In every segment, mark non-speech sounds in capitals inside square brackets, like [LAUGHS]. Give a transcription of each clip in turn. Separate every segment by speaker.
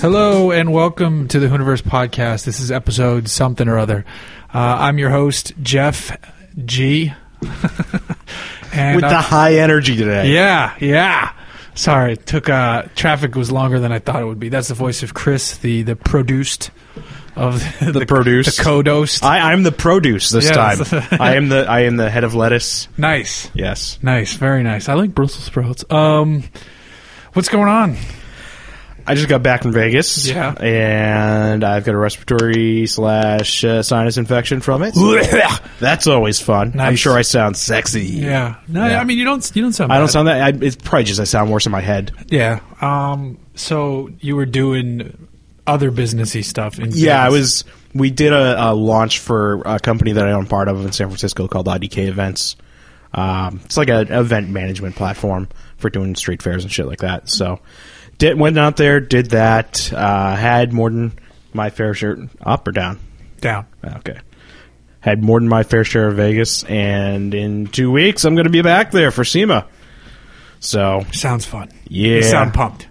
Speaker 1: Hello and welcome to the Hooniverse podcast. This is episode something or other. Uh, I'm your host Jeff G. [LAUGHS] and
Speaker 2: with
Speaker 1: uh,
Speaker 2: the high energy
Speaker 1: [LAUGHS]
Speaker 2: today.
Speaker 1: yeah, yeah. Sorry, it took uh, traffic was longer than I thought it would be. That's the voice of Chris, the the produced of [LAUGHS] the,
Speaker 2: produced.
Speaker 1: the co-dosed.
Speaker 2: I, I'm the produce this
Speaker 1: Yes. [LAUGHS]
Speaker 2: time. I am the I am the head of lettuce.
Speaker 1: nice,
Speaker 2: Yes.
Speaker 1: nice, very nice. I like Brussels sprouts. Um, what's going
Speaker 2: [LAUGHS]
Speaker 1: on?
Speaker 2: I just got back from Vegas.
Speaker 1: Yeah.
Speaker 2: And I've got a respiratory slash uh, sinus infection from it. That's always fun. I'm
Speaker 1: Nice.
Speaker 2: sure I sound sexy.
Speaker 1: Yeah, no,
Speaker 2: Yeah.
Speaker 1: I mean you don't you don't sound.
Speaker 2: I don't
Speaker 1: bad.
Speaker 2: sound that. I, it's probably just I sound worse in my head.
Speaker 1: Yeah. Um. So you were doing other businessy stuff in
Speaker 2: Yeah, I
Speaker 1: Vegas.
Speaker 2: was. We did a, a launch for a company that I own part of in San Francisco called IDK Events. Um, it's like an event management platform for doing street fairs and shit like that. So, did went out there, did that, uh, had more than my fair share up or down. Ah,
Speaker 1: down.
Speaker 2: Okay, had more than my fair share of Vegas, and in two weeks I'm going to be back there for SEMA. So
Speaker 1: Sounds fun.
Speaker 2: Yeah.
Speaker 1: You sound pumped.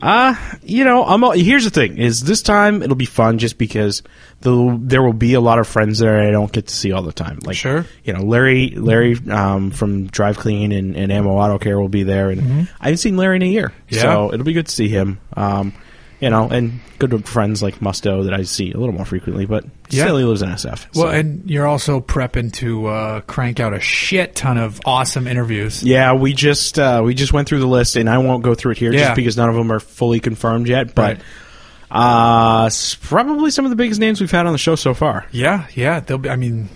Speaker 2: uh, you know, I'm all, here's the thing: is this time it'll be fun just because the, there will be a lot of friends there I don't get to see all the time. Like,
Speaker 1: Sure.
Speaker 2: you know, Larry, Larry um, from Drive Clean and, and Ammo Auto Care will be there, and I haven't seen Larry in a year,
Speaker 1: Mm-hmm. Yeah.
Speaker 2: so it'll be good to see him. Um, you know, and good friends like Musto that I see a little more frequently, but
Speaker 1: Yeah.
Speaker 2: still he lives in SF.
Speaker 1: Well,
Speaker 2: so.
Speaker 1: and you're also prepping to uh, crank out a shit ton of awesome interviews.
Speaker 2: Yeah, we just uh, we just went through the list, and I won't go through it here
Speaker 1: Yeah.
Speaker 2: just because none of them are fully confirmed yet.
Speaker 1: Right.
Speaker 2: But uh, s- probably some of the biggest names we've had on the show so far.
Speaker 1: Yeah, yeah. They'll be. I mean,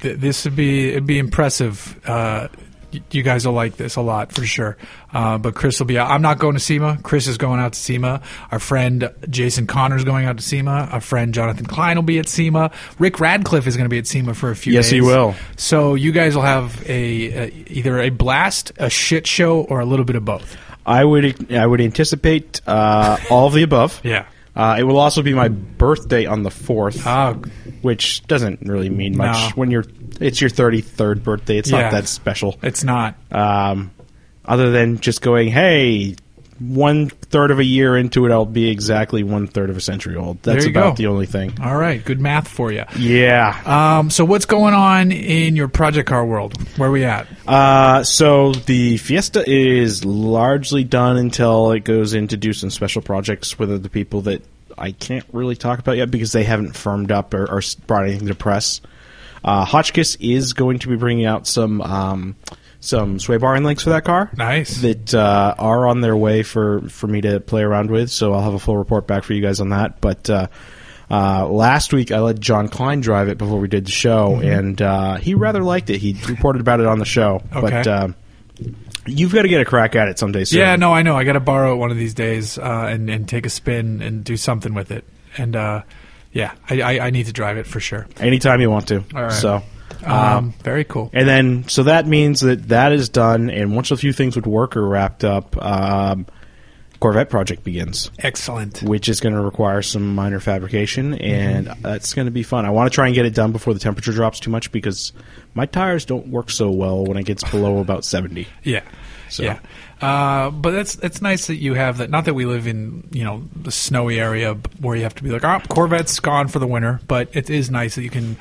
Speaker 1: th- this would be it'd be impressive. Uh, y- you guys will like this a lot for sure. Uh, but Chris will be. out. I'm not going to SEMA. Chris is going out to SEMA. Our friend Jason Connor is going out to SEMA. Our friend Jonathan Klein will be at SEMA. Rick Radcliffe is going to be at SEMA for a few.
Speaker 2: Yes,
Speaker 1: days.
Speaker 2: he will.
Speaker 1: So you guys will have a, a either a blast, a shit show, or a little bit of both.
Speaker 2: I would I would anticipate uh, all of the above.
Speaker 1: [LAUGHS] Yeah.
Speaker 2: Uh, it will also be my birthday on the fourth,
Speaker 1: Oh,
Speaker 2: which doesn't really mean much
Speaker 1: No.
Speaker 2: when you're. It's your thirty third birthday. It's
Speaker 1: Yeah.
Speaker 2: not that special.
Speaker 1: it's not.
Speaker 2: um, other than just going, hey, one third of a year into it, I'll be exactly one third of a century old. That's
Speaker 1: There you
Speaker 2: about
Speaker 1: go.
Speaker 2: the only thing.
Speaker 1: All right, good math for you.
Speaker 2: Yeah.
Speaker 1: Um, so what's going on in your project car world? Where we at?
Speaker 2: Uh, so the Fiesta is largely done until it goes in to do some special projects with other people that I can't really talk about yet because they haven't firmed up or, or s- brought anything to press. Uh, Hotchkiss is going to be bringing out some um, some sway bar and links for that car.
Speaker 1: Nice.
Speaker 2: That uh, are on their way for for me to play around with. So I'll have a full report back for you guys on that. But uh, uh, last week I let John Klein drive it before we did the show,
Speaker 1: Mm-hmm.
Speaker 2: and uh, he rather liked it. He reported about it on the show. But
Speaker 1: Okay.
Speaker 2: uh, you've got to get a crack at it someday soon.
Speaker 1: Yeah, no, I know. I got to borrow it one of these days uh, and and take a spin and do something with it. And uh, yeah, I, I, I need to drive it for sure.
Speaker 2: Anytime you want to.
Speaker 1: All right.
Speaker 2: So.
Speaker 1: Um, very cool.
Speaker 2: Uh-huh. And then, so that means that that is done, and once a few things with work are wrapped up, um, Corvette project begins,
Speaker 1: Excellent.
Speaker 2: which is going to require some minor fabrication, and
Speaker 1: Mm-hmm.
Speaker 2: that's going to be fun. I want to try and get it done before the temperature drops too much because my tires don't work so well when it gets below
Speaker 1: [LAUGHS]
Speaker 2: about seventy.
Speaker 1: Yeah.
Speaker 2: So-
Speaker 1: Yeah. Uh, but that's it's nice that you have that. Not that we live in you know the snowy area b- where you have to be like, oh, Corvette's gone for the winter. But it is nice that you can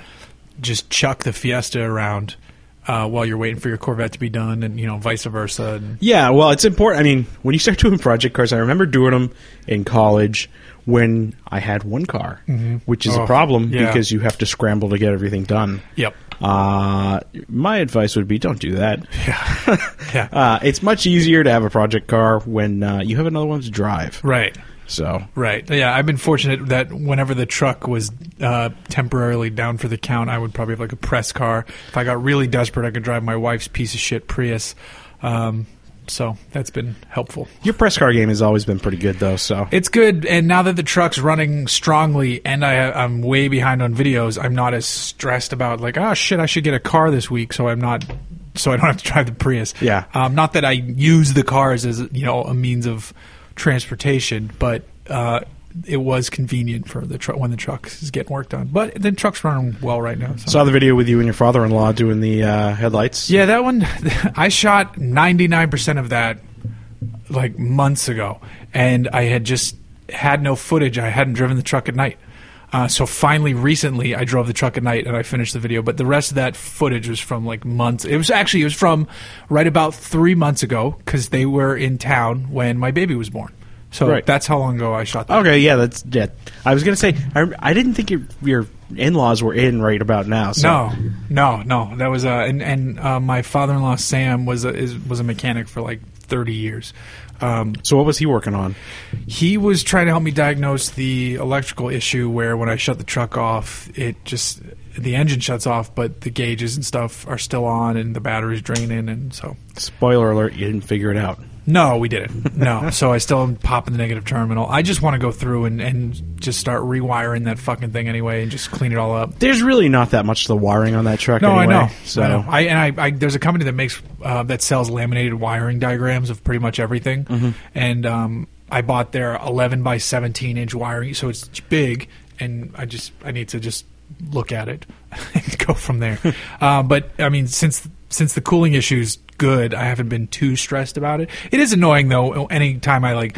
Speaker 1: just chuck the Fiesta around uh, while you're waiting for your Corvette to be done, and you know vice versa. And,
Speaker 2: Yeah, well, it's important. I mean, when you start doing project cars, I remember doing them in college when I had one car, which is
Speaker 1: Oh,
Speaker 2: a problem
Speaker 1: yeah.
Speaker 2: because you have to scramble to get everything done.
Speaker 1: yep.
Speaker 2: Uh, my advice would be don't do that.
Speaker 1: Yeah.
Speaker 2: [LAUGHS]
Speaker 1: yeah.
Speaker 2: Uh, it's much easier to have a project car when uh, you have another one to drive.
Speaker 1: right.
Speaker 2: So
Speaker 1: Right. Yeah, I've been fortunate that whenever the truck was uh, temporarily down for the count, I would probably have like a press car. If I got really desperate, I could drive my wife's piece of shit Prius. Um, So that's been helpful.
Speaker 2: Your press car game has always been pretty good, though. So
Speaker 1: It's good, and now that the truck's running strongly, and I, I'm way behind on videos, I'm not as stressed about like, oh shit, I should get a car this week, so I'm not, so I don't have to drive the Prius.
Speaker 2: Yeah.
Speaker 1: Um, not that I use the cars as you know a means of transportation, but uh, it was convenient for the truck when the truck is getting work done. But the truck's running well right now. So.
Speaker 2: saw the video with you and your father-in-law doing the uh, headlights.
Speaker 1: yeah, that one, [LAUGHS] I shot 99% of that like months ago, and I had just had no footage. I hadn't driven the truck at night. Uh, so finally, recently, I drove the truck at night and I finished the video. But the rest of that footage was from like months. It was actually it was from right about three months ago because they were in town when my baby was born. So
Speaker 2: Right. Oh,
Speaker 1: that's how long ago I shot that.
Speaker 2: Okay, yeah, that's yeah. I was gonna say I, I didn't think your your in-laws were in right about now. So.
Speaker 1: No, no, no. That was uh, and and uh, my father-in-law Sam was a, is, was a mechanic for like thirty years. Um,
Speaker 2: So what was he working on?
Speaker 1: he was trying to help me diagnose the electrical issue where when I shut the truck off, it just the engine shuts off, but the gauges and stuff are still on, and the batteries draining, and so
Speaker 2: Spoiler alert: you didn't figure it out.
Speaker 1: no, we didn't.
Speaker 2: [LAUGHS]
Speaker 1: No, so I still am popping the negative terminal. I just want to go through and and just start rewiring that fucking thing anyway, and just clean it all up.
Speaker 2: There's really not that much of the wiring on that truck.
Speaker 1: No,
Speaker 2: anyway,
Speaker 1: I know.
Speaker 2: So
Speaker 1: I know. I and I, I there's a company that makes uh, that sells laminated wiring diagrams of pretty much everything, and um, I bought their 11 by 17 inch wiring, so it's big, and I just I need to just look at it [LAUGHS] and go from there. uh, but I mean, since since the cooling issues good, I haven't been too stressed about it. It is annoying though. Anytime I like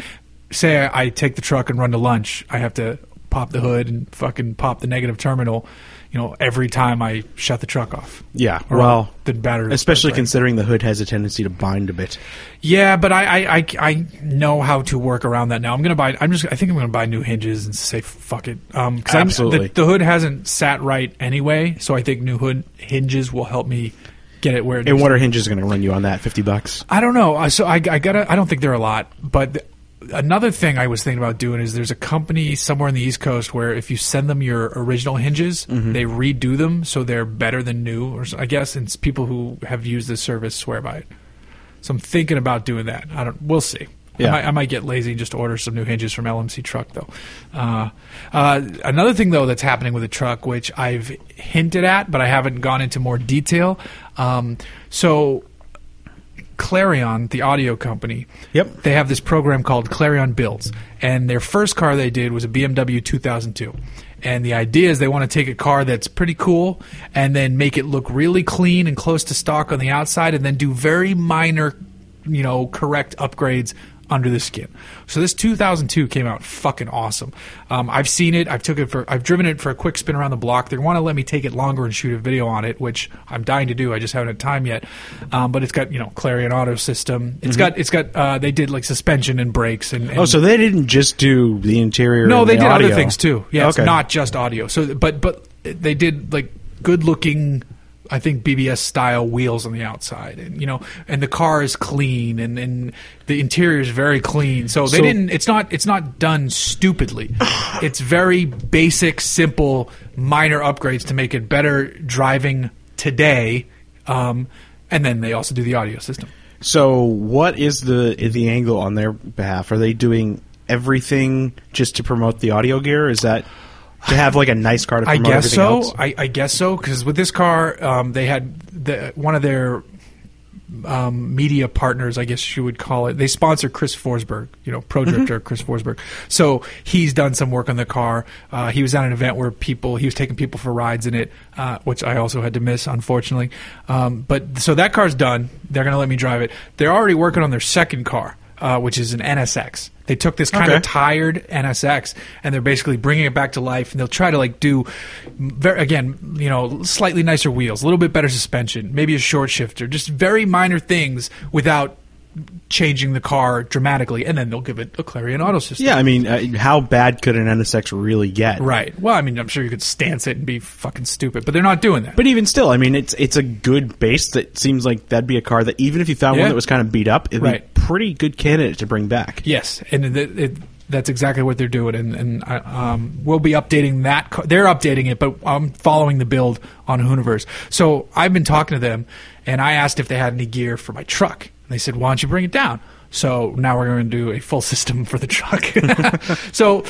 Speaker 1: say I, I take the truck and run to lunch, I have to pop the hood and fucking pop the negative terminal. You know, every time I shut the truck off.
Speaker 2: yeah.
Speaker 1: Or
Speaker 2: Well,
Speaker 1: the battery,
Speaker 2: especially
Speaker 1: right.
Speaker 2: considering the hood has a tendency to bind a bit.
Speaker 1: Yeah, but I, I, I, I know how to work around that now. I'm gonna buy. I'm just. I think I'm gonna buy new hinges and say fuck it. Um, 'cause I'm-
Speaker 2: Absolutely.
Speaker 1: The, the hood hasn't sat right anyway, so I think new hood hinges will help me get it where. It
Speaker 2: And
Speaker 1: needs
Speaker 2: what are hinges going to run you on that? Fifty bucks.
Speaker 1: I don't know. Uh, So I, I gotta. I don't think they're a lot, but. th- Another thing I was thinking about doing is there's a company somewhere on the East Coast where if you send them your original hinges, they redo them so they're better than new. Or s- I guess and s- people who have used this service swear by it. So I'm thinking about doing that. I don't. We'll see. I,
Speaker 2: Yeah.
Speaker 1: might, I might get lazy and just order some new hinges from LMC Truck though. Uh, uh, another thing though that's happening with the truck, which I've hinted at, but I haven't gone into more detail. Um, so Clarion, the audio company.
Speaker 2: Yep.
Speaker 1: They have this program called Clarion Builds, and their first car they did was a BMW 2002. And the idea is they want to take a car that's pretty cool and then make it look really clean and close to stock on the outside, and then do very minor, you know, correct upgrades under the skin. So this 2002 came out fucking awesome. Um, I've seen it. I've took it for. I've driven it for a quick spin around the block. They want to let me take it longer and shoot a video on it, which I'm dying to do. I just haven't had time yet. Um, but it's got you know Clarion Auto System. It's got it's got. Uh, they did like suspension and brakes and. and
Speaker 2: Oh, so they didn't just do the interior.
Speaker 1: no,
Speaker 2: and
Speaker 1: they
Speaker 2: the
Speaker 1: did other
Speaker 2: audio.
Speaker 1: things too. Yeah,
Speaker 2: okay.
Speaker 1: it's not just audio. So, but but they did like good looking. I think BBS style wheels on the outside, and you know, and the car is clean, and, and the interior is very clean. So they
Speaker 2: So-
Speaker 1: didn't. It's not. It's not done
Speaker 2: [SIGHS]
Speaker 1: stupidly. it's very basic, simple, minor upgrades to make it better driving today. Um, and then they also do the audio system.
Speaker 2: So, what is the the angle on their behalf? Are they doing everything just to promote the audio gear? Is that to have like a nice car to
Speaker 1: [SIGHS] I
Speaker 2: promote
Speaker 1: guess
Speaker 2: everything
Speaker 1: so.
Speaker 2: else?
Speaker 1: I, I guess so because with this car, um, they had the, one of their um, media partners, I guess you would call it. They sponsor Chris Forsberg, you know, pro
Speaker 2: Mm-hmm.
Speaker 1: drifter Chris Forsberg. So he's done some work on the car. Uh, he was at an event where people he was taking people for rides in it, uh, which I also had to miss, unfortunately. Um, but so that car's done. They're going to let me drive it. They're already working on their second car, uh, which is an NSX. They took this kind
Speaker 2: Okay.
Speaker 1: of tired NSX and they're basically bringing it back to life and they'll try to like do very, again you know slightly nicer wheels a little bit better suspension maybe a short shifter just very minor things without changing the car dramatically and then they'll give it a Clarion auto system
Speaker 2: Yeah, I mean, uh, how bad could an NSX really get?
Speaker 1: right well I mean I'm sure you could stance it and be fucking stupid but they're not doing that
Speaker 2: But even still, I mean, it's it's a good base that seems like that'd be a car that even if you found
Speaker 1: Yeah.
Speaker 2: one that was kind of beat up, it'd be
Speaker 1: Right.
Speaker 2: a pretty good candidate to bring back.
Speaker 1: Yes, and th it, that's exactly what they're doing, and and I, um, we'll be updating that. Co- they're updating it, but I'm following the build on Hooniverse. So I've been talking to them, and I asked if they had any gear for my truck. And they said, "Why don't you bring it down?" So now we're going to do a full [LAUGHS] system for the truck. [LAUGHS] so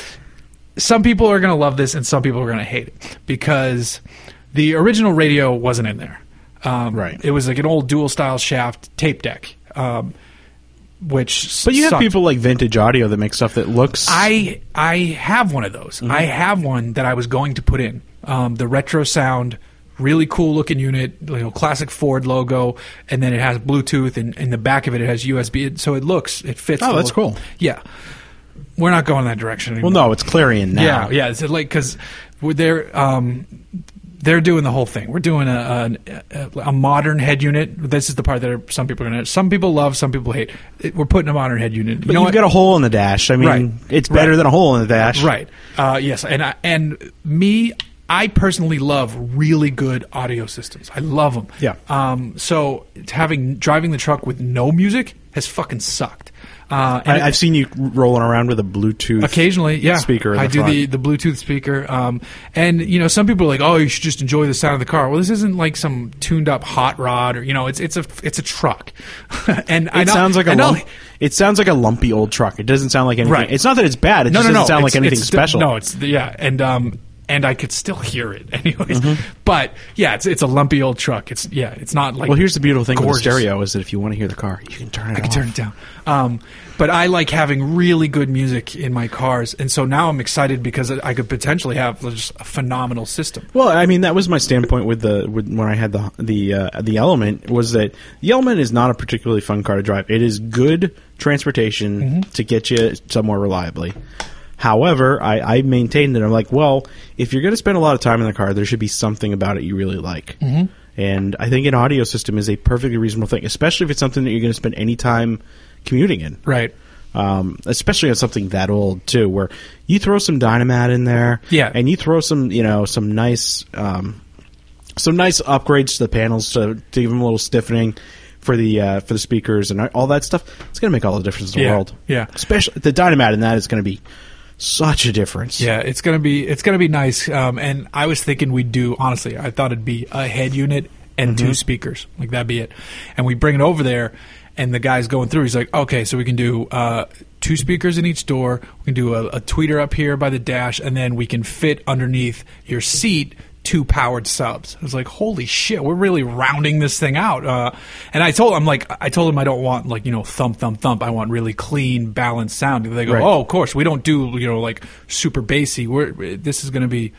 Speaker 1: some people are going to love this, and some people are going to hate it because the original radio wasn't in there. Um,
Speaker 2: Right.
Speaker 1: It was like an old dual style shaft tape deck, um, which
Speaker 2: But you have
Speaker 1: sucked.
Speaker 2: people like Vintage Audio that make stuff that looks.
Speaker 1: I I have one of those.
Speaker 2: Mm-hmm.
Speaker 1: I have one that I was going to put in um, the retro sound, really cool looking unit, you know, classic Ford logo, and then it has Bluetooth, and in the back of it it has USB, It- so it looks it fits.
Speaker 2: Oh,
Speaker 1: the
Speaker 2: that's
Speaker 1: look.
Speaker 2: cool.
Speaker 1: Yeah, we're not going that direction.
Speaker 2: well,
Speaker 1: Anymore.
Speaker 2: no, it's Clarion now.
Speaker 1: Yeah, yeah. It's like because they're um, they're doing the whole thing. We're doing a, a a modern head unit. This is the part that are, some people are gonna. Some people love, some people hate. It- We're putting a modern head unit.
Speaker 2: But you have got a hole in the dash. I mean,
Speaker 1: Right.
Speaker 2: it's better
Speaker 1: Right.
Speaker 2: than a hole in the dash.
Speaker 1: Right. Uh, yes, and I, and me, I personally love really good audio systems. I love them.
Speaker 2: Yeah.
Speaker 1: Um. So having driving the truck with no music has fucking sucked. Uh, and
Speaker 2: I,
Speaker 1: it-
Speaker 2: I've seen you rolling around with a Bluetooth
Speaker 1: occasionally, yeah.
Speaker 2: speaker. In
Speaker 1: I
Speaker 2: the
Speaker 1: do
Speaker 2: front.
Speaker 1: the the Bluetooth speaker. Um. And you know, some people are like, oh, you should just enjoy the sound of the car. Well, this isn't like some tuned up hot rod or you know, it's it's a it's a truck. [LAUGHS] and I
Speaker 2: It
Speaker 1: know-
Speaker 2: sounds like a
Speaker 1: I know-
Speaker 2: lump, it sounds like a lumpy old truck. It doesn't sound like anything.
Speaker 1: Right.
Speaker 2: It's not that it's bad. It just doesn't sound like
Speaker 1: It's-
Speaker 2: anything
Speaker 1: it's the-
Speaker 2: special.
Speaker 1: no, it's the- yeah, and um, and I could still hear it, [LAUGHS] anyways.
Speaker 2: Mm-hmm.
Speaker 1: But yeah, it's it's a lumpy old truck. It's yeah, it's not like
Speaker 2: well, here's the beautiful thing
Speaker 1: gorgeous.
Speaker 2: with the stereo is that if you want to hear the car, you can turn it.
Speaker 1: I can turn it down. Um, but I like having really good music in my cars, and so now I'm excited because I could potentially have just a phenomenal system.
Speaker 2: Well, I mean, that was my standpoint with the with, when I had the the uh, the element was that the element is not a particularly fun car to drive. It is good transportation to get you somewhere reliably. However, I, I maintained that I'm like, well, if you're going to spend a lot of time in the car, there should be something about it you really like. Mm-hmm. And I think an audio system is a perfectly reasonable thing, especially if it's something that you're going to spend any time commuting in
Speaker 1: Right.
Speaker 2: um, especially on something that old too, where you throw some dynamat in there,
Speaker 1: Yeah.
Speaker 2: and you throw some, you know, some nice, um, some nice upgrades to the panels to, to give them a little stiffening for the uh, for the speakers and all that stuff. It's going to make all the difference in the
Speaker 1: Yeah,
Speaker 2: world.
Speaker 1: yeah.
Speaker 2: especially the dynamat in that is going to be such a difference.
Speaker 1: Yeah, it's gonna be it's gonna be nice. Um, and I was thinking we'd do honestly. I thought it'd be a head unit and two speakers, like that'd be it. And we bring it over there, and the guy's going through. He's like, okay, so we can do uh, two speakers in each door. We can do a, a tweeter up here by the dash, and then we can fit underneath your seat. Two powered subs. I was like, "Holy shit, we're really rounding this thing out." Uh, and I told, I'm like, I told him I don't want like you know thump thump thump. I want really clean, balanced sound. And they go,
Speaker 2: Right.
Speaker 1: "Oh, of course we don't do you know like super bassy we're this is going to be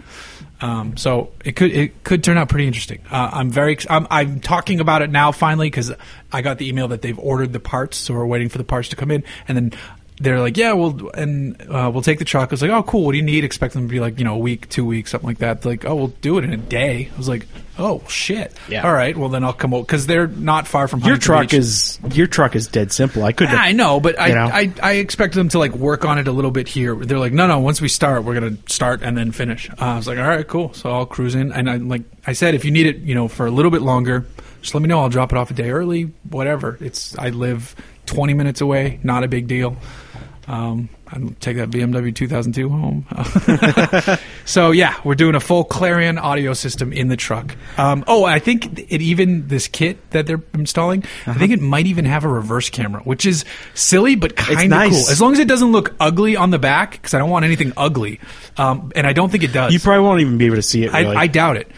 Speaker 1: um, so it could it could turn out pretty interesting uh, i'm very ex- I'm, I'm talking about it now finally because i got the email that they've ordered the parts so we're waiting for the parts to come in and then they're like yeah we'll and uh, we'll take the truck i was like oh cool what do you need expect them to be like you know a week two weeks something like that They're like oh we'll do it in a day i was like oh shit
Speaker 2: Yeah.
Speaker 1: all right well then i'll come over because they're not far from
Speaker 2: your
Speaker 1: Huntington
Speaker 2: truck
Speaker 1: Beach.
Speaker 2: is your truck is dead simple. I couldn't.
Speaker 1: I know, but I,
Speaker 2: you know?
Speaker 1: I I expected them to like work on it a little bit here. They're like, no, no. Once we start, we're gonna start and then finish. Uh, I was like, all right, cool. So I'll cruise in, and I like I said, if you need it, you know, for a little bit longer, just let me know. I'll drop it off a day early, whatever. It's I live 20 minutes away, not a big deal. Um, I'll take that BMW 2002 home. [LAUGHS] so yeah, we're doing a full Clarion audio system in the truck. Um, oh, I think it even this kit that they're installing. I think it might even have a reverse camera, which is silly but kind of
Speaker 2: nice.
Speaker 1: cool. As long as it doesn't look ugly on the back, because I don't want anything ugly, um, and I don't think it does.
Speaker 2: you probably won't even be able to see it.
Speaker 1: I,
Speaker 2: Really.
Speaker 1: I doubt it.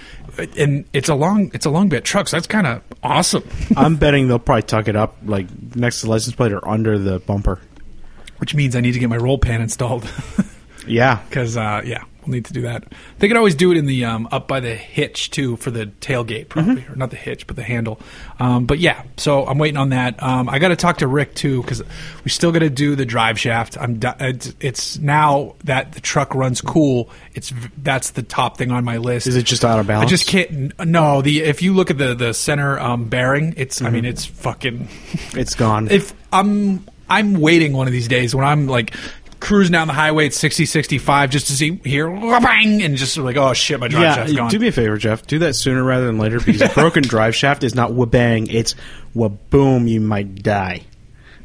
Speaker 1: And it's a long, it's a long bit truck, so that's kind of awesome. [LAUGHS]
Speaker 2: I'm betting they'll probably tuck it up like next to the license plate or under the bumper.
Speaker 1: which means I need to get my roll pan installed. [LAUGHS]
Speaker 2: Yeah,
Speaker 1: because uh, yeah, we'll need to do that. They could always do it in the um, up by the hitch too for the tailgate, probably
Speaker 2: Mm-hmm.
Speaker 1: or not the hitch, but the handle. Um, but yeah, so I'm waiting on that. Um, I got to talk to Rick too because we still got to do the drive shaft. I'm do- it's, it's now that the truck runs cool. It's v- that's the top thing on my list.
Speaker 2: Is it just out of
Speaker 1: I
Speaker 2: balance?
Speaker 1: just can't. n- No, the if you look at the the center um, bearing, it's
Speaker 2: Mm-hmm.
Speaker 1: I mean it's fucking.
Speaker 2: it's gone.
Speaker 1: if I'm I'm waiting one of these days when I'm like cruising down the highway at 60 65 just to see here bang and just like oh shit my drive shaft's
Speaker 2: you-
Speaker 1: gone.
Speaker 2: do me a favor, Jeff. Do that sooner rather than
Speaker 1: [LAUGHS]
Speaker 2: later because a broken drive shaft is not wha bang, it's wha boom. You might die.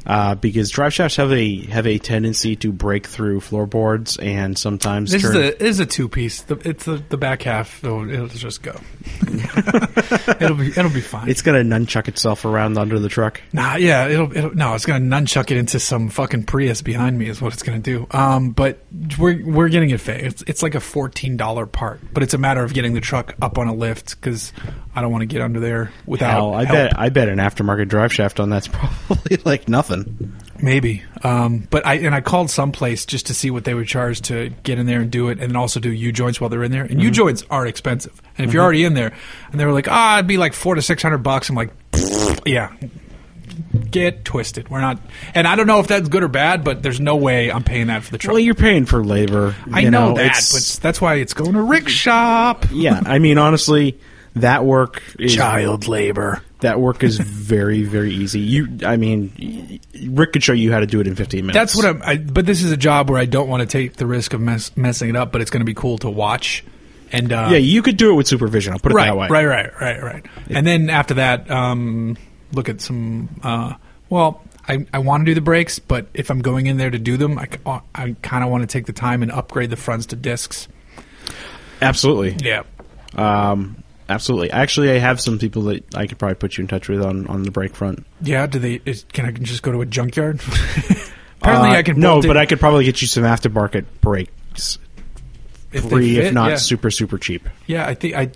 Speaker 2: uh, because drive shafts have a have a tendency to break through floorboards and sometimes
Speaker 1: This
Speaker 2: turn.
Speaker 1: is a is a two piece. The, it's the, the back half. So it'll just go. [LAUGHS] it'll be it'll be fine.
Speaker 2: it's gonna nunchuck itself around under the truck.
Speaker 1: Nah, yeah, it'll, it'll no, it's gonna nunchuck it into some fucking Prius behind me is what it's gonna do. Um, but we're we're getting it fixed. It's, it's like a fourteen dollar part, but it's a matter of getting the truck up on a lift because I don't want to get under there without.
Speaker 2: Hell, I
Speaker 1: help.
Speaker 2: bet I bet an aftermarket drive shaft on that's [LAUGHS] probably like nothing.
Speaker 1: maybe. Um, but I and I called someplace just to see what they would charge to get in there and do it, and then also do U joints while they're in there. And
Speaker 2: Mm-hmm.
Speaker 1: U joints are expensive, and if you're already in there, and they were like, ah, it'd be like four to six hundred bucks. I'm like, yeah, get twisted. We're not, and I don't know if that's good or bad, but there's no way I'm paying that for the truck.
Speaker 2: Well, you're paying for labor.
Speaker 1: I
Speaker 2: you
Speaker 1: know, that,
Speaker 2: it's- Mm-hmm.
Speaker 1: but that's why it's going to Rick Shop.
Speaker 2: yeah, I mean honestly, that work is
Speaker 1: labor.
Speaker 2: that
Speaker 1: [LAUGHS]
Speaker 2: work is very very easy. You, I mean, y- y- Rick could show you how to do it in 15 minutes.
Speaker 1: That's what I'm. I, but this is a job where I don't want to take the risk of mess, messing it up. But it's going to be cool to watch. And uh,
Speaker 2: Yeah, you could do it with supervision. I'll put it
Speaker 1: right,
Speaker 2: that way.
Speaker 1: right, right, right, right. And then after that, um, look at some. Uh, well, I, I want to do the brakes, but if I'm going in there to do them, I, c- uh, I kind of want to take the time and upgrade the fronts to discs.
Speaker 2: Absolutely.
Speaker 1: Yeah.
Speaker 2: Um, absolutely. Actually, I have some people that I could probably put you in touch with on, on the break front.
Speaker 1: Yeah. Do they? Is, can I just go to a
Speaker 2: [LAUGHS]
Speaker 1: junkyard? Apparently,
Speaker 2: Uh,
Speaker 1: I can.
Speaker 2: No,
Speaker 1: bolt it
Speaker 2: but I could probably get you some aftermarket brakes,
Speaker 1: if they
Speaker 2: free if
Speaker 1: fit,
Speaker 2: not
Speaker 1: yeah.
Speaker 2: super super cheap.
Speaker 1: Yeah, I think I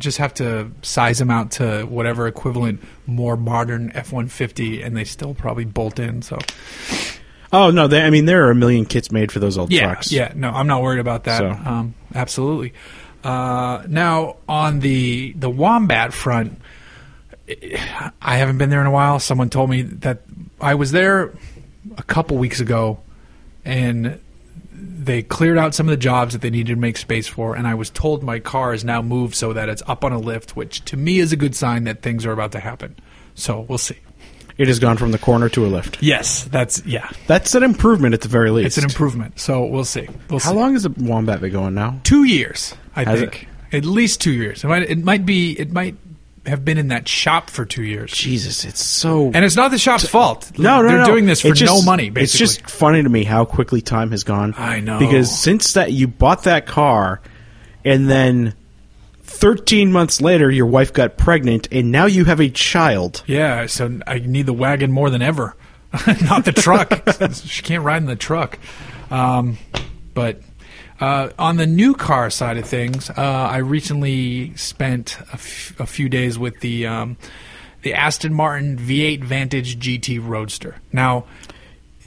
Speaker 1: just have to size them out to whatever equivalent more modern F one fifty, and they still probably bolt in. So
Speaker 2: Oh no, they, I mean there are a million kits made for those old
Speaker 1: yeah,
Speaker 2: trucks.
Speaker 1: yeah, no, I'm not worried about that.
Speaker 2: So.
Speaker 1: Um, absolutely. Uh, now on the the wombat front, I haven't been there in a while. Someone told me that I was there a couple weeks ago, and they cleared out some of the jobs that they needed to make space for. And I was told my car is now moved so that it's up on a lift, which to me is a good sign that things are about to happen. So we'll see.
Speaker 2: It has gone from the corner to a lift.
Speaker 1: Yes, that's yeah.
Speaker 2: That's an improvement at the very least.
Speaker 1: It's an improvement. So we'll see. We'll see.
Speaker 2: How long has the wombat been going now?
Speaker 1: two years, I
Speaker 2: Has
Speaker 1: think. At least two years. It might, it might be. It might have been in that shop for two years.
Speaker 2: Jesus, it's so.
Speaker 1: And it's not the shop's fault.
Speaker 2: no, no,
Speaker 1: they're
Speaker 2: no.
Speaker 1: doing this for
Speaker 2: It's just-
Speaker 1: no money. Basically,
Speaker 2: it's just funny to me how quickly time has gone.
Speaker 1: I know.
Speaker 2: because since that you bought that car, and then thirteen months later, your wife got pregnant, and now you have a child.
Speaker 1: yeah. So I need the wagon more than ever, [LAUGHS] not the
Speaker 2: [LAUGHS]
Speaker 1: truck. she can't ride in the truck. Um, but uh, on the new car side of things, uh, I recently spent a, f- a few days with the um, the Aston Martin V8 Vantage GT Roadster. Now.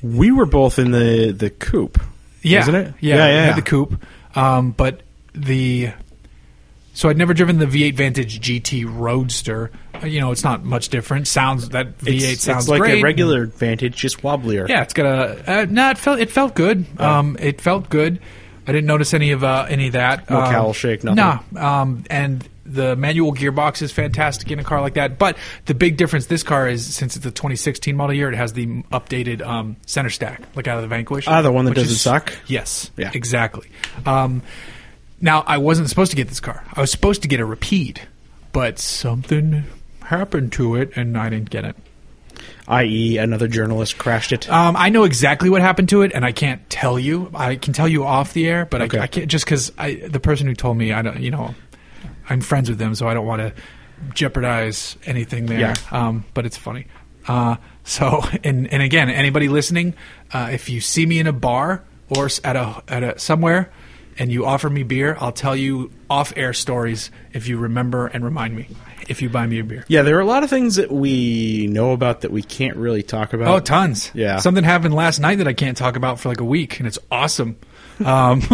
Speaker 2: We were both in the the coupe,
Speaker 1: yeah,
Speaker 2: isn't it?
Speaker 1: Yeah,
Speaker 2: yeah,
Speaker 1: I
Speaker 2: yeah.
Speaker 1: had the coupe, um, but the so I'd never driven the V8 Vantage GT Roadster. Uh, You know, it's not much different. Sounds that V8
Speaker 2: It's,
Speaker 1: sounds
Speaker 2: it's like
Speaker 1: great.
Speaker 2: a regular Vantage, just wobblier.
Speaker 1: Yeah, it's got a uh, no. It felt it felt good.
Speaker 2: Oh.
Speaker 1: Um, it felt good. I didn't notice any of uh, any of that.
Speaker 2: No
Speaker 1: um,
Speaker 2: cowl shake, nothing.
Speaker 1: Nah, um, and the manual gearbox is fantastic in a car like that. But the big difference this car is since it's a 2016 model year, it has the updated um, center stack, like out of the Vanquish.
Speaker 2: Ah, the one that
Speaker 1: which
Speaker 2: doesn't
Speaker 1: is-
Speaker 2: suck?
Speaker 1: Yes.
Speaker 2: Yeah.
Speaker 1: Exactly. Um, now I wasn't supposed to get this car. I was supposed to get a repeat, but something happened to it, and I didn't get it.
Speaker 2: i.e., another journalist crashed it.
Speaker 1: Um, I know exactly what happened to it, and I can't tell you. I can tell you off the air, but
Speaker 2: Okay.
Speaker 1: I, I can't just because the person who told me, I don't, you know, I'm friends with them, so I don't want to jeopardize anything there.
Speaker 2: Yeah.
Speaker 1: Um, but it's funny. Uh, so, [LAUGHS] and and again, anybody listening, uh, if you see me in a bar or s- at a at a somewhere, and you offer me beer, I'll tell you off air stories if you remember and remind me if you buy me a beer.
Speaker 2: yeah, there are a lot of things that we know about that we can't really talk about.
Speaker 1: Oh, tons.
Speaker 2: Yeah.
Speaker 1: Something happened last night that I can't talk about for like a week, and it's awesome. Um, [LAUGHS]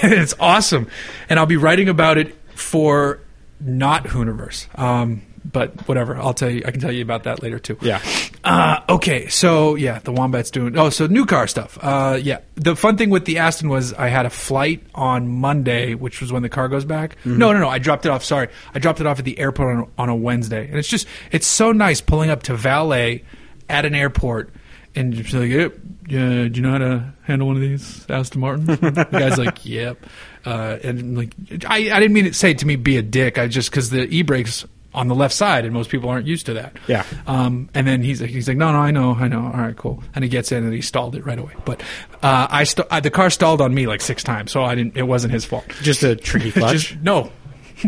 Speaker 1: it's awesome. And I'll be writing about it for not Hooniverse. Um, but whatever, I'll tell you. I can tell you about that later too.
Speaker 2: Yeah.
Speaker 1: Uh, okay, so yeah, the wombat's doing. Oh, so new car stuff. Uh, yeah, the fun thing with the Aston was I had a flight on Monday, which was when the car goes back. No, no, no. I dropped it off. Sorry, I dropped it off at the airport on, on a Wednesday, and it's just it's so nice pulling up to valet at an airport and just like, yep, yeah, do you know how to handle one of these Aston Martins? the guy's like, yep. Uh, and like, I, I didn't mean to say to me be a dick. I just because the e brakes on the left side, and most people aren't used to that.
Speaker 2: Yeah.
Speaker 1: Um, and then he's he's like, no, no, I know, I know. All right, cool. And he gets in and he stalled it right away. But uh, I, st- I the car stalled on me like six times, so I didn't. It wasn't his fault.
Speaker 2: [LAUGHS] Just a tricky clutch.
Speaker 1: Just no. [LAUGHS]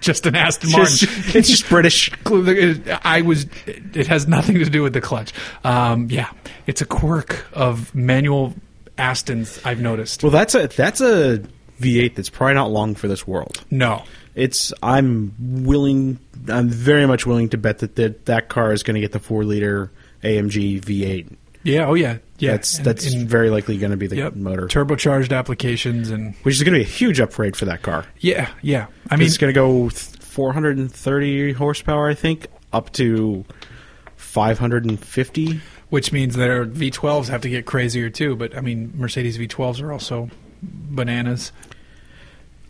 Speaker 1: just an Aston Martin.
Speaker 2: Just- it's just British.
Speaker 1: I was. It has nothing to do with the clutch. Um, yeah, it's a quirk of manual Aston's. I've noticed.
Speaker 2: Well, that's a that's a V8 that's probably not long for this world.
Speaker 1: no,
Speaker 2: It's I'm willing, I'm very much willing to bet that that, that car is going to get the four liter AMG V8.
Speaker 1: Yeah. Oh, yeah. Yeah.
Speaker 2: that's
Speaker 1: And-
Speaker 2: that's
Speaker 1: and-
Speaker 2: very likely going to be the
Speaker 1: yep,
Speaker 2: motor,
Speaker 1: turbocharged applications and
Speaker 2: which is going to be a huge upgrade for that car.
Speaker 1: yeah, yeah. I mean,
Speaker 2: it's going to go th- 430 horsepower, I think, up to 550.
Speaker 1: which means their V12s have to get crazier too. But I mean, Mercedes V12s are also bananas.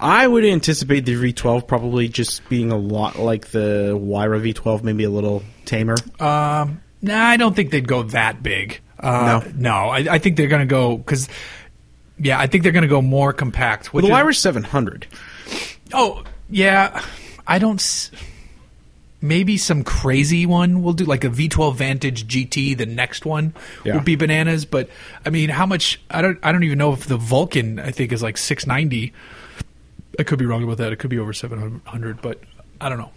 Speaker 2: I would anticipate the V12 probably just being a lot like the Wyra V12, maybe a little tamer.
Speaker 1: Um, nah, I don't think they'd go that big. Uh, no, I, I think they're going to go because. Yeah, I think they're going to go more compact.
Speaker 2: Well,
Speaker 1: Which
Speaker 2: the
Speaker 1: is-
Speaker 2: Wyra's 700.
Speaker 1: Oh, yeah. I don't. S- maybe some crazy one we'll do, like a V12 Vantage GT. The next one
Speaker 2: Yeah.
Speaker 1: would be bananas. But I mean, how much? I don't. I don't even know if the Vulcan I think is like 690. I could be wrong about that. It could be over 700, but I don't know.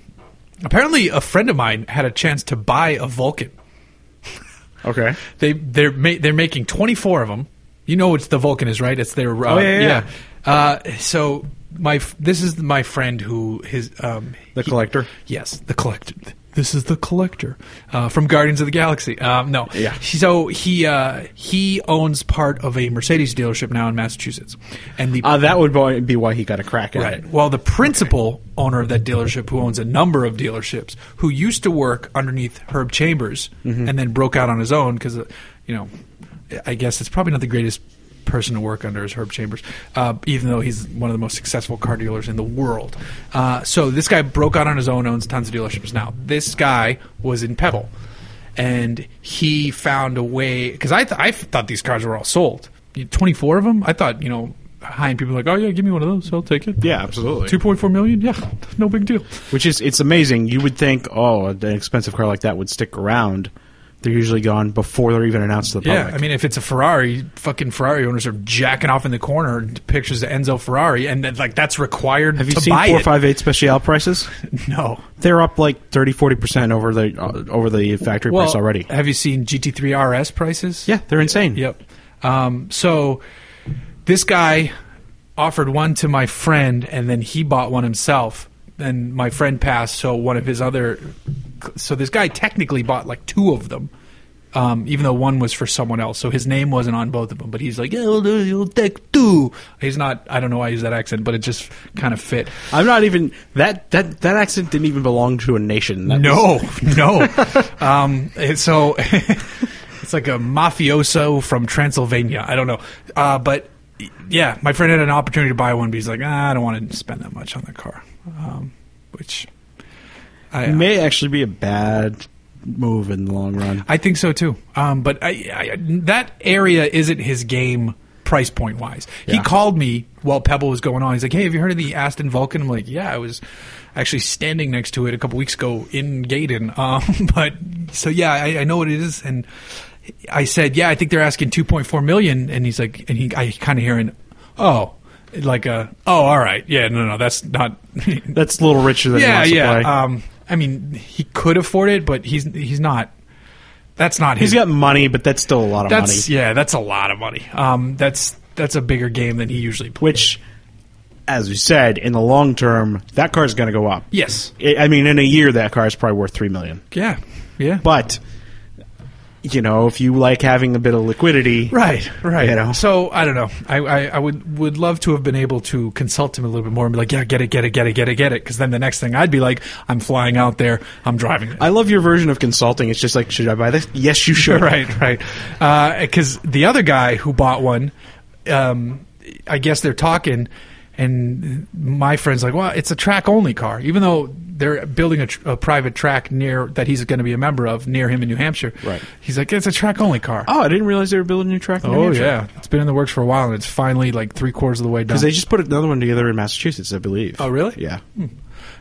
Speaker 1: Apparently, a friend of mine had a chance to buy a Vulcan.
Speaker 2: Okay.
Speaker 1: They they're ma- they're making 24 of them. You know it's the Vulcan is right. It's their uh,
Speaker 2: Oh, yeah, yeah,
Speaker 1: Uh, so my f- this is my friend who his um
Speaker 2: The collector.
Speaker 1: yes the collector. This is the collector uh, from Guardians of the Galaxy. Um, no,
Speaker 2: Yeah.
Speaker 1: So he uh, he owns part of a Mercedes dealership now in Massachusetts, and the
Speaker 2: Uh, that would bo- be why he got a crack at
Speaker 1: Right.
Speaker 2: it.
Speaker 1: Well, the principal owner of that dealership, who owns a number of dealerships, who used to work underneath Herb Chambers and then broke out on his own because, you know, I guess it's probably not the greatest person to work under is Herb Chambers, uh, even though he's one of the most successful car dealers in the world. Uh, so this guy broke out on his own, owns tons of dealerships now. This guy was in Pebble. And he found a way because I, th- I thought these cars were all sold. Twenty four of them. I thought you know, high end people were like, oh yeah, give me one of those. I'll take it.
Speaker 2: Yeah, absolutely.
Speaker 1: Two point four million, yeah, no big deal.
Speaker 2: Which is, it's amazing. You would think, oh, an expensive car like that would stick around. They're usually gone before they're even announced to the
Speaker 1: Yeah,
Speaker 2: public.
Speaker 1: I mean, if it's a Ferrari, fucking Ferrari owners are jacking off in the corner pictures of Enzo Ferrari, and then, like that's required
Speaker 2: have you
Speaker 1: to
Speaker 2: seen
Speaker 1: buy
Speaker 2: four
Speaker 1: it.
Speaker 2: five eight special prices?
Speaker 1: [LAUGHS] No,
Speaker 2: They're up like 30 40 percent over the uh, over the factory
Speaker 1: well,
Speaker 2: price already.
Speaker 1: Have you seen GT3 RS prices?
Speaker 2: Yeah, they're insane.
Speaker 1: Yep. Um, so this guy offered one to my friend, and then he bought one himself. And my friend passed, so one of his other. So this guy technically bought like two of them, um, even though one was for someone else. So his name wasn't on both of them, but he's like, yeah, we'll, do- we'll take two. He's not. I don't know why I use that accent, but it just kind of fit.
Speaker 2: I'm not even that that that accent didn't even belong to a nation. That was-
Speaker 1: No,
Speaker 2: [LAUGHS]
Speaker 1: no. um, it's so [LAUGHS] it's like a mafioso from Transylvania. I don't know, uh, but yeah, my friend had an opportunity to buy one, but he's like, ah, I don't want to spend that much on the car, um, which I
Speaker 2: it may actually be a bad move in the long run.
Speaker 1: I think so too. Um, but I, I, that area isn't his game price point wise. He
Speaker 2: Yeah.
Speaker 1: called me while Pebble was going on. He's like, "Hey, have you heard of the Aston Vulcan?" I'm like, "Yeah, I was actually standing next to it a couple weeks ago in Gaydon." [LAUGHS] Um, but so yeah, I, I know what it is, and I said, "Yeah, I think they're asking 2.4 million," and he's like, and he, I kind of hear an, "Oh." Like a oh all right yeah no no that's not [LAUGHS]
Speaker 2: That's a little richer than
Speaker 1: yeah
Speaker 2: it wants
Speaker 1: yeah
Speaker 2: to play.
Speaker 1: um I mean he could afford it but he's he's not that's not his
Speaker 2: He's got money, but that's still a lot of money.
Speaker 1: that's yeah, that's a lot of money. Um, that's that's a bigger game than he usually plays.
Speaker 2: Which, as we said, in the long term, that car's going to go up.
Speaker 1: Yes.
Speaker 2: I I mean, in a year, that car is probably worth three million.
Speaker 1: Yeah. Yeah.
Speaker 2: But you know, if you like having a bit of liquidity,
Speaker 1: right. Right.
Speaker 2: You know.
Speaker 1: So I don't know. I, I, I would would love to have been able to consult him a little bit more and be like, yeah, get it, get it, get it, get it, get it. Because then the next thing I'd be like, I'm flying out there, I'm driving it.
Speaker 2: I love your version of consulting. It's just like, should I buy this? Yes,
Speaker 1: [LAUGHS]
Speaker 2: you should.
Speaker 1: right, right. Because the other guy who bought one, um, I guess they're talking, and my friend's like, "Well, it's a track only car, even though they're building a, tr- a private track near that he's going to be a member of near him in New Hampshire."
Speaker 2: Right.
Speaker 1: He's like, "It's a track only car."
Speaker 2: Oh, I didn't realize they were building a new track. in New
Speaker 1: Oh
Speaker 2: Hampshire.
Speaker 1: yeah, it's been in the works for a while, and it's finally like three quarters of the way done.
Speaker 2: Because they just put another one together in Massachusetts, I believe.
Speaker 1: Oh, really?
Speaker 2: Yeah.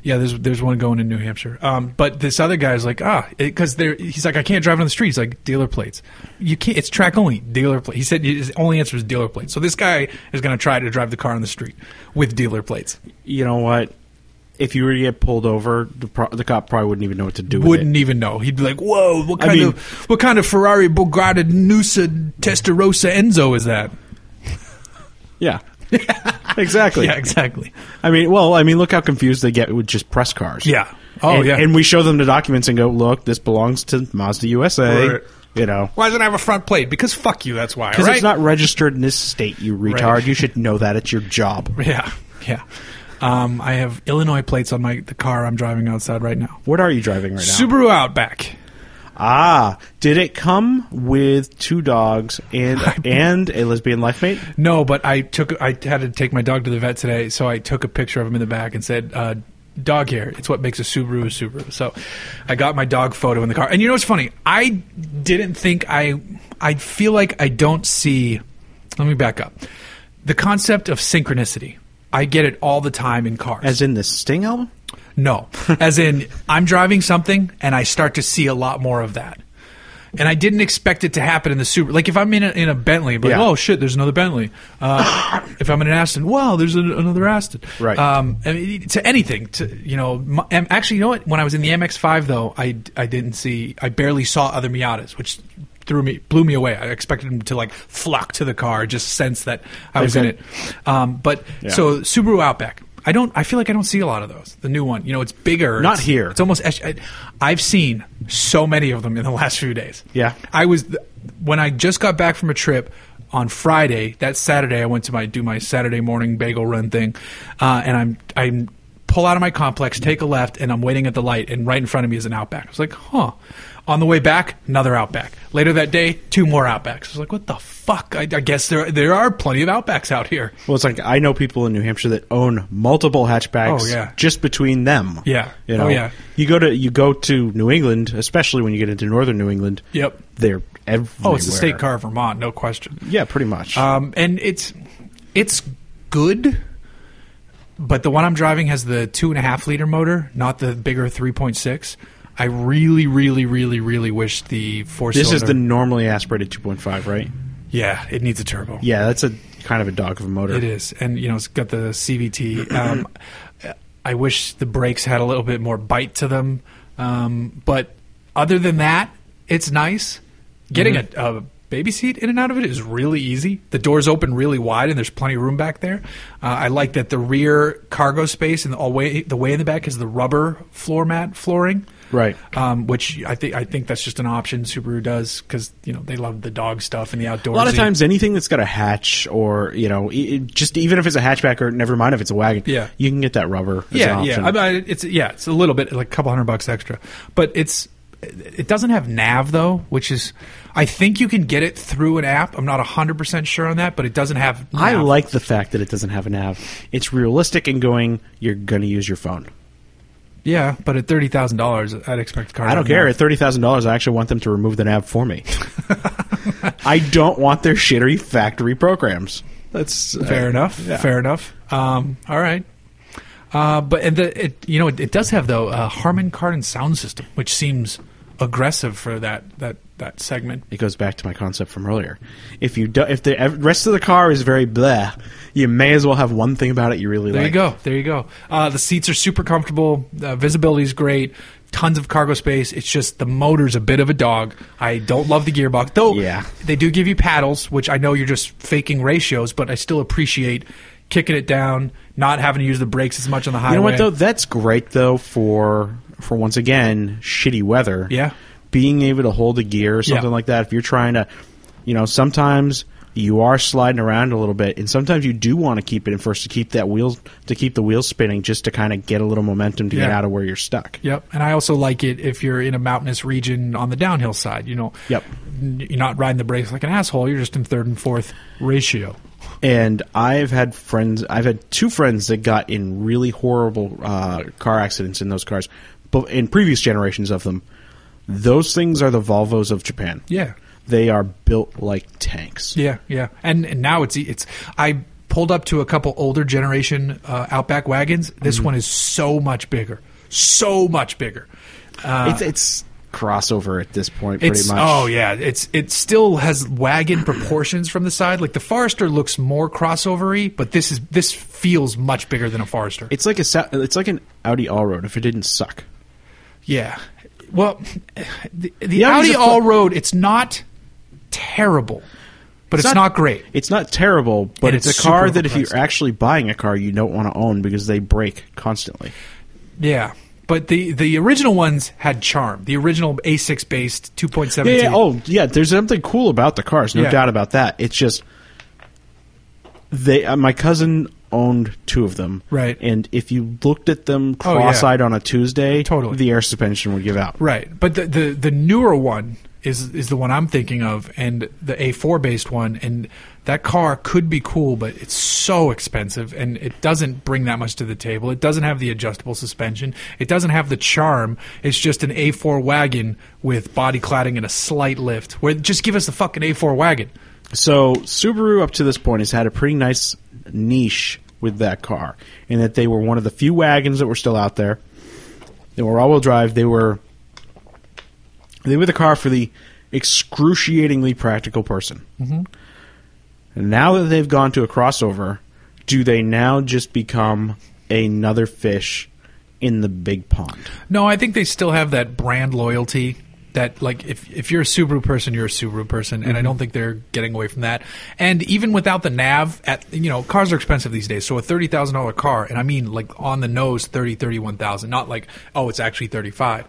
Speaker 1: Yeah, there's there's one going in New Hampshire. Um, but this other guy's like, ah, because there he's like, I can't drive on the streets. Like dealer plates, you can't. It's track only dealer plate. He said his only answer is dealer plates. So this guy is going to try to drive the car on the street with dealer plates.
Speaker 2: You know what? If you were to get pulled over, the, pro- the cop probably wouldn't even know what to do. with it.
Speaker 1: Wouldn't even know. He'd be like, whoa, what
Speaker 2: I
Speaker 1: kind
Speaker 2: mean-
Speaker 1: of what kind of Ferrari Bugatti Nusa Testarossa Enzo is that?
Speaker 2: Yeah. [LAUGHS]
Speaker 1: [LAUGHS]
Speaker 2: exactly.
Speaker 1: Yeah, exactly.
Speaker 2: I mean, well, I mean, look how confused they get with just press cars.
Speaker 1: Yeah. Oh
Speaker 2: and,
Speaker 1: yeah.
Speaker 2: And we show them the documents and go, look, this belongs to Mazda USA.
Speaker 1: Right.
Speaker 2: You know,
Speaker 1: why does it have a front plate? Because fuck you. That's why.
Speaker 2: because
Speaker 1: right?
Speaker 2: it's not registered in this state, you retard.
Speaker 1: Right.
Speaker 2: You should know that. It's your job.
Speaker 1: [LAUGHS] Yeah, yeah. Um, I have Illinois plates on my the car I'm driving outside right now.
Speaker 2: What are you driving right now?
Speaker 1: Subaru Outback.
Speaker 2: ah, did it come with two dogs
Speaker 1: [LAUGHS]
Speaker 2: and and a lesbian life mate?
Speaker 1: No, but I took I had to take my dog to the vet today, so I took a picture of him in the back and said, uh, "Dog hair. It's what makes a Subaru a Subaru." So I got my dog photo in the car. And you know what's funny? I didn't think I I feel like I don't see. Let me back up. The concept of synchronicity. I get it all the time in cars.
Speaker 2: As in the Sting album?
Speaker 1: No. As in, I'm driving something and I start to see a lot more of that. And I didn't expect it to happen in the super. Like if I'm in a, in a Bentley, I'm like
Speaker 2: Yeah.
Speaker 1: oh shit, there's another Bentley. Uh, if I'm in an Aston, wow, there's an, another Aston.
Speaker 2: Right.
Speaker 1: Um, I mean, to anything, to you know, my, and actually, you know what? When I was in the MX-5 though, I I didn't see, I barely saw other Miatas, which threw me, blew me away. I expected them to like flock to the car, just sense that I was in
Speaker 2: got-
Speaker 1: it. Um, but
Speaker 2: Yeah.
Speaker 1: so Subaru Outback. I don't. I feel like I don't see a lot of those. The new one, you know, it's bigger.
Speaker 2: Not
Speaker 1: it's-
Speaker 2: here.
Speaker 1: It's almost. es- I- I've seen so many of them in the [LAUGHS] last few days.
Speaker 2: Yeah.
Speaker 1: I was when I just got back from a trip on Friday. That Saturday, I went to my do my Saturday morning bagel run thing, uh, and I'm I'm pull out of my complex, take a left, and I'm waiting at the light, and right in front of me is an Outback. I was like, huh. On the way back, another Outback. Later that day, two more Outbacks. I was like, what the fuck? I, I guess there there are plenty of Outbacks out here.
Speaker 2: Well, it's like I know people in New Hampshire that own multiple hatchbacks
Speaker 1: Oh, yeah.
Speaker 2: just between them.
Speaker 1: Yeah.
Speaker 2: You
Speaker 1: Oh,
Speaker 2: know,
Speaker 1: yeah.
Speaker 2: you go to you go to New England, especially when you get into northern New England.
Speaker 1: Yep.
Speaker 2: They're everywhere.
Speaker 1: Oh, it's the state car of Vermont, no question.
Speaker 2: Yeah, pretty much.
Speaker 1: Um, and it's it's good, but the one I'm driving has the two and a half liter motor, not the bigger three point six. I really, really, really, really wish the four.
Speaker 2: this is the normally aspirated 2.5, right?
Speaker 1: yeah. It needs a turbo.
Speaker 2: Yeah, that's a kind of a dog of a motor.
Speaker 1: It is, and you know it's got the
Speaker 2: [CLEARS THROAT]
Speaker 1: CVT. Um, I wish the brakes had a little bit more bite to them, um, but other than that, it's nice. Getting
Speaker 2: Mm-hmm.
Speaker 1: a, a baby seat in and out of it is really easy. The doors open really wide, and there's plenty of room back there. Uh, I like that the rear cargo space and the all way the way in the back is the rubber floor mat flooring.
Speaker 2: Right.
Speaker 1: Um, which I think I think that's just an option Subaru does because you know they love the dog stuff and the outdoors.
Speaker 2: A lot of times, anything that's got a hatch, or you know, it, it- just even if it's a hatchback, or never mind if it's a wagon,
Speaker 1: Yeah.
Speaker 2: you can get that rubber. As
Speaker 1: yeah,
Speaker 2: an option.
Speaker 1: yeah. I mean, it's yeah, it's a little bit like a couple hundred bucks extra, but it's it doesn't have nav though, which is I think you can get it through an app. I'm not hundred percent sure on that, but it doesn't have. Nav.
Speaker 2: I like the fact that it doesn't have a nav. It's realistic and going. You're gonna use your phone.
Speaker 1: yeah, but at thirty thousand dollars, I'd expect the car.
Speaker 2: I don't care. At thirty thousand dollars, I actually want them to remove the nav for
Speaker 1: [LAUGHS]
Speaker 2: me. I don't want their shittery factory programs. That's
Speaker 1: Fair
Speaker 2: uh,
Speaker 1: enough.
Speaker 2: yeah.
Speaker 1: Fair enough. Um, all right. Uh, but and the it, you know it, it does have though a Harman Kardon sound system, which seems aggressive for that that that segment.
Speaker 2: It goes back to my concept from earlier. If you do, if the ev- rest of the car is very bleh, you may as well have one thing about it you really
Speaker 1: There
Speaker 2: like.
Speaker 1: you go. There you go. Uh, the seats are super comfortable. Uh, Visibility is great. Tons of cargo space. It's just the motor's a bit of a dog. I don't love the gearbox, though.
Speaker 2: Yeah.
Speaker 1: They do give you paddles, which I know you're just faking ratios, but I still appreciate kicking it down, not having to use the brakes as much on the highway.
Speaker 2: You know what though? That's great though for for once again shitty weather.
Speaker 1: Yeah.
Speaker 2: being able to hold a gear or something
Speaker 1: Yeah.
Speaker 2: like that. If you're trying to, you know, sometimes you are sliding around a little bit, and sometimes you do want to keep it in first to keep that wheels to keep the wheels spinning, just to kind of get a little momentum to get
Speaker 1: Yeah.
Speaker 2: out of where you're stuck.
Speaker 1: Yep, and I also like it if you're in a mountainous region on the downhill side. You know,
Speaker 2: Yep.
Speaker 1: n- you're not riding the brakes like an asshole. You're just in third and fourth ratio.
Speaker 2: And I've had friends, I've had two friends that got in really horrible uh, car accidents in those cars, but in previous generations of them. Those things are the Volvos of Japan.
Speaker 1: Yeah.
Speaker 2: They are built like tanks.
Speaker 1: Yeah, yeah, and, and now e, it's it's I pulled up to a couple older generation uh, Outback wagons. This one is so much bigger, so much bigger.
Speaker 2: it's, it's crossover at this point, pretty
Speaker 1: It's
Speaker 2: much.
Speaker 1: oh yeah, it's it still has wagon proportions from the side. Like the Forester looks more crossovery, but this is this feels much bigger than a Forester.
Speaker 2: It's like a sa- it's like an Audi Allroad if it didn't suck.
Speaker 1: Yeah. Well, the, the, Audi
Speaker 2: Audi's a fu-
Speaker 1: All Road, it's not terrible, but it's, not, great.
Speaker 2: It's not terrible, but
Speaker 1: And
Speaker 2: it's,
Speaker 1: it's
Speaker 2: a car
Speaker 1: super
Speaker 2: that if you're
Speaker 1: overpriced.
Speaker 2: actually buying a car, you don't want to own because they break constantly.
Speaker 1: Yeah. But the, the original ones had charm. The original A6 based 2.7.
Speaker 2: Yeah, yeah, oh yeah. There's something cool about the cars, no
Speaker 1: Yeah.
Speaker 2: doubt about that. It's just they. Uh, my cousin owned two of them,
Speaker 1: Right.
Speaker 2: And if you looked at them
Speaker 1: Oh, yeah.
Speaker 2: cross-eyed on a Tuesday,
Speaker 1: Totally.
Speaker 2: the air suspension would give out.
Speaker 1: Right. But the, the, the newer one is is the one I'm thinking of, and the A4 based one, and that car could be cool, but it's so expensive, and it doesn't bring that much to the table. It doesn't have the adjustable suspension. It doesn't have the charm. It's just an A4 wagon with body cladding and a slight lift. Where just give us the fucking A4 wagon.
Speaker 2: So Subaru up to this point has had a pretty nice niche with that car, in that they were one of the few wagons that were still out there. They were all-wheel drive. They were they were the car for the excruciatingly practical person. Mm-hmm. And now that they've gone to a crossover, do they now just become another fish in the big pond?
Speaker 1: No, I think they still have that brand loyalty. That like if if you're a Subaru person, you're a Subaru person, and I don't think they're getting away from that. And even without the nav, at you know cars are expensive these days. So a thirty thousand dollar car, and I mean like on the nose thirty thirty one thousand, not like oh it's actually thirty five.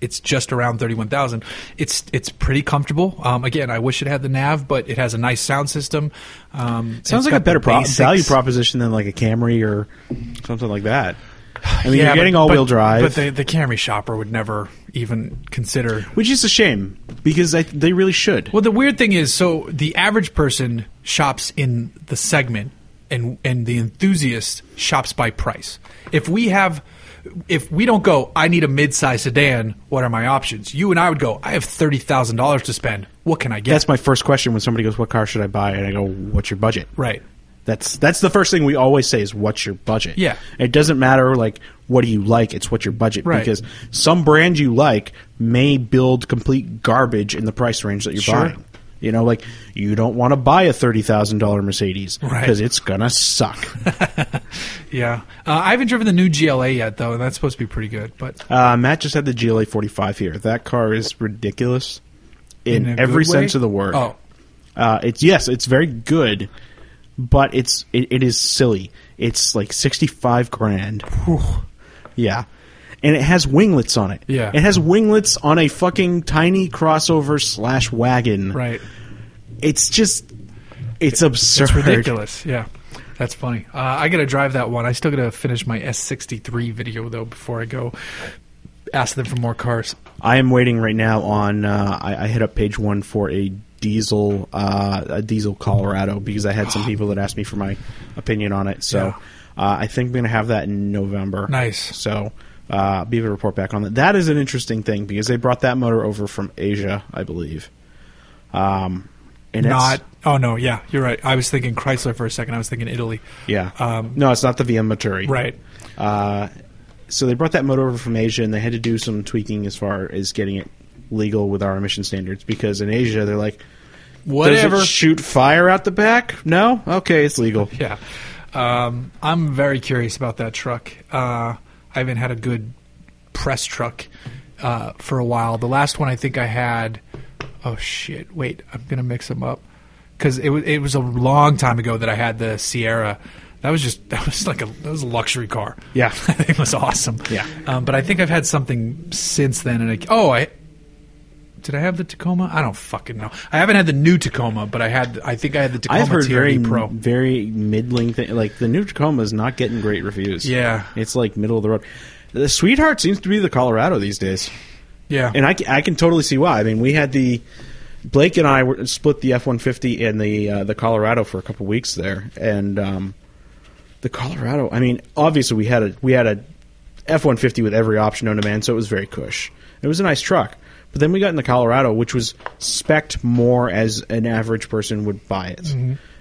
Speaker 1: It's just around thirty one thousand. It's it's pretty comfortable. Um, again, I wish it had the nav, but it has a nice sound system. Um, it's
Speaker 2: Sounds like a
Speaker 1: got the
Speaker 2: better pro-
Speaker 1: basics.
Speaker 2: value proposition than like a Camry or something like that. I mean,
Speaker 1: Yeah,
Speaker 2: you're
Speaker 1: but-
Speaker 2: getting all-wheel
Speaker 1: but-
Speaker 2: drive,
Speaker 1: but the the Camry shopper would never even consider
Speaker 2: Which is a shame because I, they really should.
Speaker 1: Well, the weird thing is, so the average person shops in the segment, and and the enthusiast shops by price. If we have, if we don't go, I need a mid-size sedan. What are my options? You and I would go. I have thirty thousand dollars to spend. What can I get?
Speaker 2: That's my first question when somebody goes, "What car should I buy?" and I go, "What's your budget?"
Speaker 1: right.
Speaker 2: That's that's the first thing we always say is, "What's your budget?"
Speaker 1: Yeah.
Speaker 2: It doesn't matter like what do you like; it's what's your budget
Speaker 1: Right.
Speaker 2: because some brand you like may build complete garbage in the price range that you're
Speaker 1: Sure.
Speaker 2: buying. You know, like you don't want to buy a thirty thousand dollar Mercedes
Speaker 1: Right.
Speaker 2: because it's
Speaker 1: [LAUGHS]
Speaker 2: gonna suck.
Speaker 1: Yeah. Uh, I haven't driven the new GLA yet, though, and that's supposed to be pretty good. But
Speaker 2: Uh, Matt just had the GLA 45 here. That car is ridiculous in,
Speaker 1: In a
Speaker 2: every
Speaker 1: good way?
Speaker 2: sense of the word.
Speaker 1: Oh.
Speaker 2: Uh, it's yes, it's very good, but it's it, it is silly. It's like 65 grand. Yeah. And it has winglets on it.
Speaker 1: Yeah.
Speaker 2: It has winglets on a fucking tiny crossover slash wagon. [LAUGHS]
Speaker 1: right.
Speaker 2: It's just it's absurd.
Speaker 1: It's ridiculous. Yeah. That's funny. Uh, I got to drive that one. I still got to finish my S63 video, though, before I go ask them for more cars.
Speaker 2: I am waiting right now on. Uh, I, I hit up page one for a diesel, uh, a diesel Colorado because I
Speaker 1: [GASPS]
Speaker 2: had some people that asked me for my opinion on it. So uh, I think I'm going to have that in November.
Speaker 1: Nice.
Speaker 2: So uh, be able to report back on that. That is an interesting thing because they brought that motor over from Asia, I believe. Um, and it's-
Speaker 1: not. Oh no, yeah, you're right. I was thinking Chrysler for a second. I was thinking Italy.
Speaker 2: Yeah.
Speaker 1: Um,
Speaker 2: no, it's not the VM Maturi.
Speaker 1: Right.
Speaker 2: Uh, so they brought that motor over from Asia, and they had to do some tweaking as far as getting it legal with our emission standards because in Asia they're like,
Speaker 1: Whatever.
Speaker 2: Does it shoot fire out the back? No. Okay, it's legal.
Speaker 1: [LAUGHS] Yeah. Um, I'm very curious about that truck. Uh, I haven't had a good press truck uh, for a while. The last one I think I had. Oh shit! Wait, I'm gonna mix them up because it was it was a long time ago that I had the Sierra. That was just [LAUGHS] that was like a that was a luxury car. [LAUGHS]
Speaker 2: Yeah.
Speaker 1: it was awesome.
Speaker 2: Yeah.
Speaker 1: um, but I think I've had something since then. And I, oh, I did I have the Tacoma? I don't fucking know. I haven't had the new Tacoma, but I had I think I had the Tacoma
Speaker 2: I've heard
Speaker 1: TRD
Speaker 2: very
Speaker 1: Pro.
Speaker 2: very middling thing. Like the new Tacoma is not getting great reviews.
Speaker 1: Yeah.
Speaker 2: it's like middle of the road. The sweetheart seems to be the Colorado these days.
Speaker 1: Yeah,
Speaker 2: and I, ca- I can totally see why. I mean, we had the Blake and I were, split the F one fifty and the uh, the Colorado for a couple weeks there, and um, the Colorado. I mean, obviously we had a we had a F one fifty with every option known to man, so it was very cush. It was a nice truck, but then we got in the Colorado, which was specced more as an average person would buy it,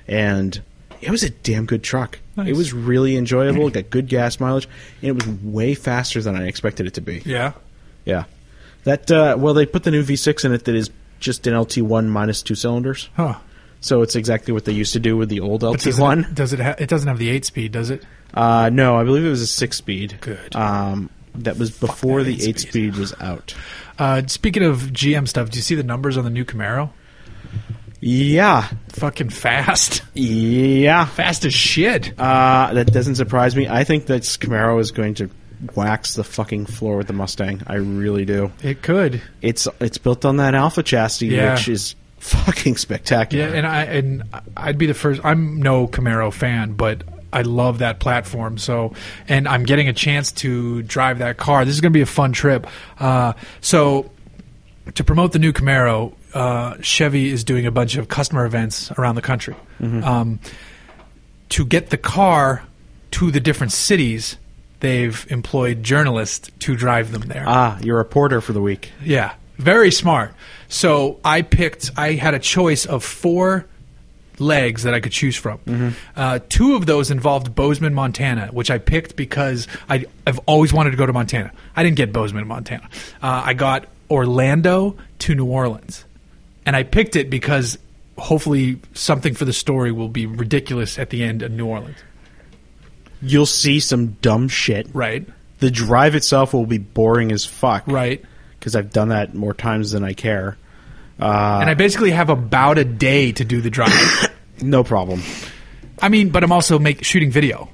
Speaker 2: and It was a damn good truck.
Speaker 1: Mm-hmm. Nice.
Speaker 2: It was
Speaker 1: [CLEARS THROAT]
Speaker 2: really enjoyable. It got good gas mileage, and it was way faster than I expected it to be.
Speaker 1: Yeah.
Speaker 2: Yeah. That uh, well, they put the new V6 in it that is just an LT1 minus two cylinders.
Speaker 1: Huh.
Speaker 2: So it's exactly what they used to do with the old
Speaker 1: But does it-
Speaker 2: LT1.
Speaker 1: Does it? Ha- it doesn't have the eight speed, does it?
Speaker 2: Uh, no, I believe it was a six speed.
Speaker 1: Good.
Speaker 2: Um, that was before
Speaker 1: that
Speaker 2: the eight
Speaker 1: eight-speed.
Speaker 2: speed was out.
Speaker 1: Uh, speaking of GM stuff, do you see the numbers on the new Camaro?
Speaker 2: Yeah,
Speaker 1: Fucking fast, [LAUGHS]
Speaker 2: yeah.
Speaker 1: fast as shit.
Speaker 2: Uh, that doesn't surprise me. I think that Camaro is going to wax the fucking floor with the Mustang. I really do.
Speaker 1: It could.
Speaker 2: It's it's built on that Alpha chassis,
Speaker 1: Yeah.
Speaker 2: which is fucking spectacular.
Speaker 1: Yeah, and I and I'd be the first. I'm no Camaro fan, but I love that platform. So, and I'm getting a chance to drive that car. This is going to be a fun trip. Uh, so, to promote the new Camaro, uh, Chevy is doing a bunch of customer events around the country. Um, to get the car to the different cities, they've employed journalists to drive them there.
Speaker 2: ah, you're a porter for the week.
Speaker 1: Yeah, very smart. So I picked. I had a choice of four legs that I could choose from. Uh, two of those involved Bozeman, Montana, which I picked because I, I've always wanted to go to Montana. I didn't get Bozeman, Montana. Uh, I got Orlando to New Orleans, and I picked it because hopefully something for the story will be ridiculous at the end of New Orleans.
Speaker 2: You'll see some dumb shit.
Speaker 1: Right.
Speaker 2: The drive itself will be boring as fuck.
Speaker 1: Right.
Speaker 2: Because I've done that more times than I care.
Speaker 1: and I basically have about a day to do the drive.
Speaker 2: No problem.
Speaker 1: I mean, but I'm also make, shooting video.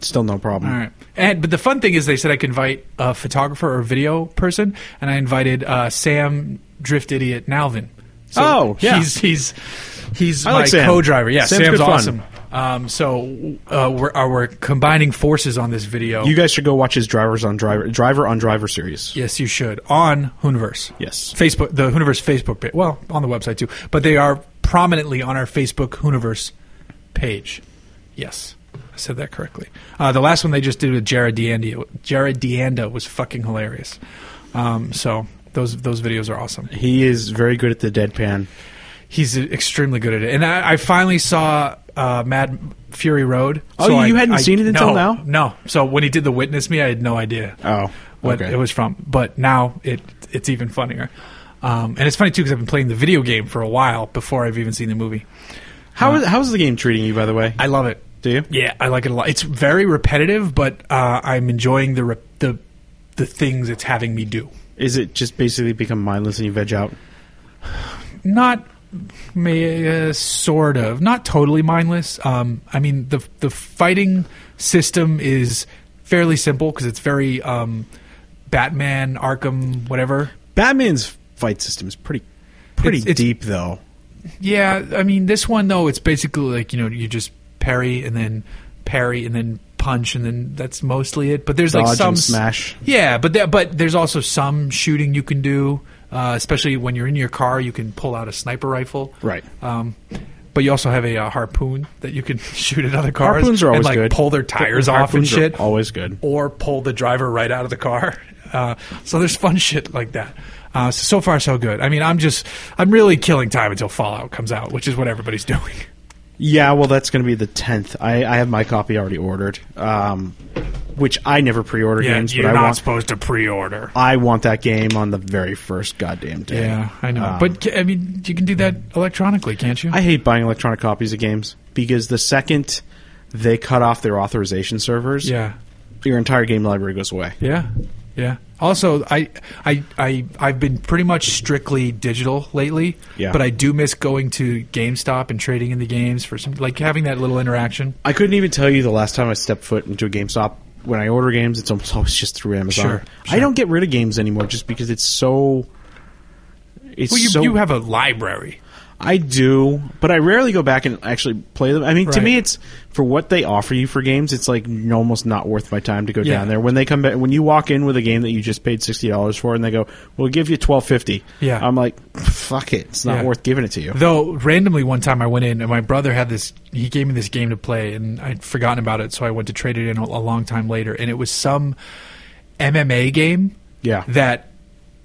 Speaker 2: Still no problem.
Speaker 1: All right. And but the fun thing is, they said I could invite a photographer or video person, and I invited uh, Sam Drift Idiot Nalvin.
Speaker 2: Oh, yeah.
Speaker 1: he's he's he's
Speaker 2: I
Speaker 1: my
Speaker 2: like Sam.
Speaker 1: co-driver. Yeah,
Speaker 2: Sam's
Speaker 1: Sam's,
Speaker 2: good fun.
Speaker 1: awesome. Um, so uh, we're uh, we're combining forces on this video.
Speaker 2: You guys should go watch his drivers on driver driver on driver series.
Speaker 1: yes, you should on Hooniverse.
Speaker 2: Yes.
Speaker 1: Facebook, the Hooniverse Facebook page. Well, on the website too, but they are prominently on our Facebook Hooniverse page. Yes, I said that correctly. Uh, the last one they just did with Jared DeAnda, Jared DeAnda was fucking hilarious. Um, so those those videos are awesome.
Speaker 2: He is very good at the deadpan.
Speaker 1: He's extremely good at it, and I, I finally saw uh, Mad Fury Road.
Speaker 2: Oh,
Speaker 1: So
Speaker 2: you
Speaker 1: I-
Speaker 2: hadn't
Speaker 1: I-
Speaker 2: seen it
Speaker 1: no,
Speaker 2: until now?
Speaker 1: No. So when he did the Witness Me, I had no idea
Speaker 2: Oh,
Speaker 1: what
Speaker 2: okay.
Speaker 1: it was from. But now it it's even funnier. Um, and it's funny too because I've been playing the video game for a while before I've even seen the movie.
Speaker 2: How is, how's the game treating you, by the way?
Speaker 1: Uh-huh. I love it.
Speaker 2: Do you?
Speaker 1: Yeah, I like it a lot. It's very repetitive, but uh, I'm enjoying the rep- the the things it's having me do.
Speaker 2: Is it just basically become mindless and you veg out?
Speaker 1: Not may uh, sort of not totally mindless. Um, I mean the the fighting system is fairly simple because it's very um, Batman Arkham whatever.
Speaker 2: Batman's fight system is pretty pretty
Speaker 1: It's- it's-
Speaker 2: deep though.
Speaker 1: Yeah, I mean this one though it's basically like you know you just parry and then parry and then punch and then that's mostly it. But there's like
Speaker 2: Dodge
Speaker 1: some
Speaker 2: and
Speaker 1: s-
Speaker 2: smash.
Speaker 1: Yeah, but there, but there's also some shooting you can do, uh, especially when you're in your car. You can pull out a sniper rifle,
Speaker 2: Right.
Speaker 1: Um, but you also have a, uh harpoon that you can [LAUGHS] shoot at other cars.
Speaker 2: Harpoons are always
Speaker 1: and, like,
Speaker 2: good.
Speaker 1: Pull their tires off and
Speaker 2: Harpoons are
Speaker 1: shit,
Speaker 2: always good.
Speaker 1: or pull the driver right out of the car. [LAUGHS] Uh, so there's fun shit like that. Uh, so, so far so good. I mean, I'm just I'm really killing time until Fallout comes out, which is what everybody's [LAUGHS] doing.
Speaker 2: Yeah, well, that's going to be the tenth. I, I have my copy already ordered, um, which I never pre-order
Speaker 1: Yeah,
Speaker 2: games, but
Speaker 1: you're
Speaker 2: I
Speaker 1: not
Speaker 2: want
Speaker 1: supposed to pre-order.
Speaker 2: I want that game on the very first goddamn day.
Speaker 1: Yeah, I know.
Speaker 2: Um,
Speaker 1: but I mean, you can do that electronically, can't you?
Speaker 2: I hate buying electronic copies of games because the second they cut off their authorization servers,
Speaker 1: yeah.
Speaker 2: your entire game library goes away.
Speaker 1: Yeah, yeah. Also, I, I, I, I've been pretty much strictly digital lately.
Speaker 2: Yeah.
Speaker 1: But I do miss going to GameStop and trading in the games for some, like having that little interaction.
Speaker 2: I couldn't even tell you the last time I stepped foot into a GameStop. When I order games, it's almost [LAUGHS] always just through Amazon.
Speaker 1: Sure,
Speaker 2: I
Speaker 1: sure.
Speaker 2: don't get rid of games anymore just because it's so. It's
Speaker 1: Well, you,
Speaker 2: so
Speaker 1: you have a library.
Speaker 2: I do, but I rarely go back and actually play them. I mean, to
Speaker 1: Right.
Speaker 2: me, it's for what they offer you for games. It's like n- almost not worth my time to go
Speaker 1: Yeah.
Speaker 2: down there. When they come back, when you walk in with a game that you just paid sixty dollars for, and they go, "We'll give you twelve fifty.
Speaker 1: Yeah.
Speaker 2: I'm like, "Fuck it, it's not
Speaker 1: Yeah. Uh,
Speaker 2: worth giving it to you."
Speaker 1: Though randomly one time I went in and my brother had this. He gave me this game to play and I'd forgotten about it, so I went to trade it in a, a long time later, and it was some MMA game.
Speaker 2: Yeah.
Speaker 1: That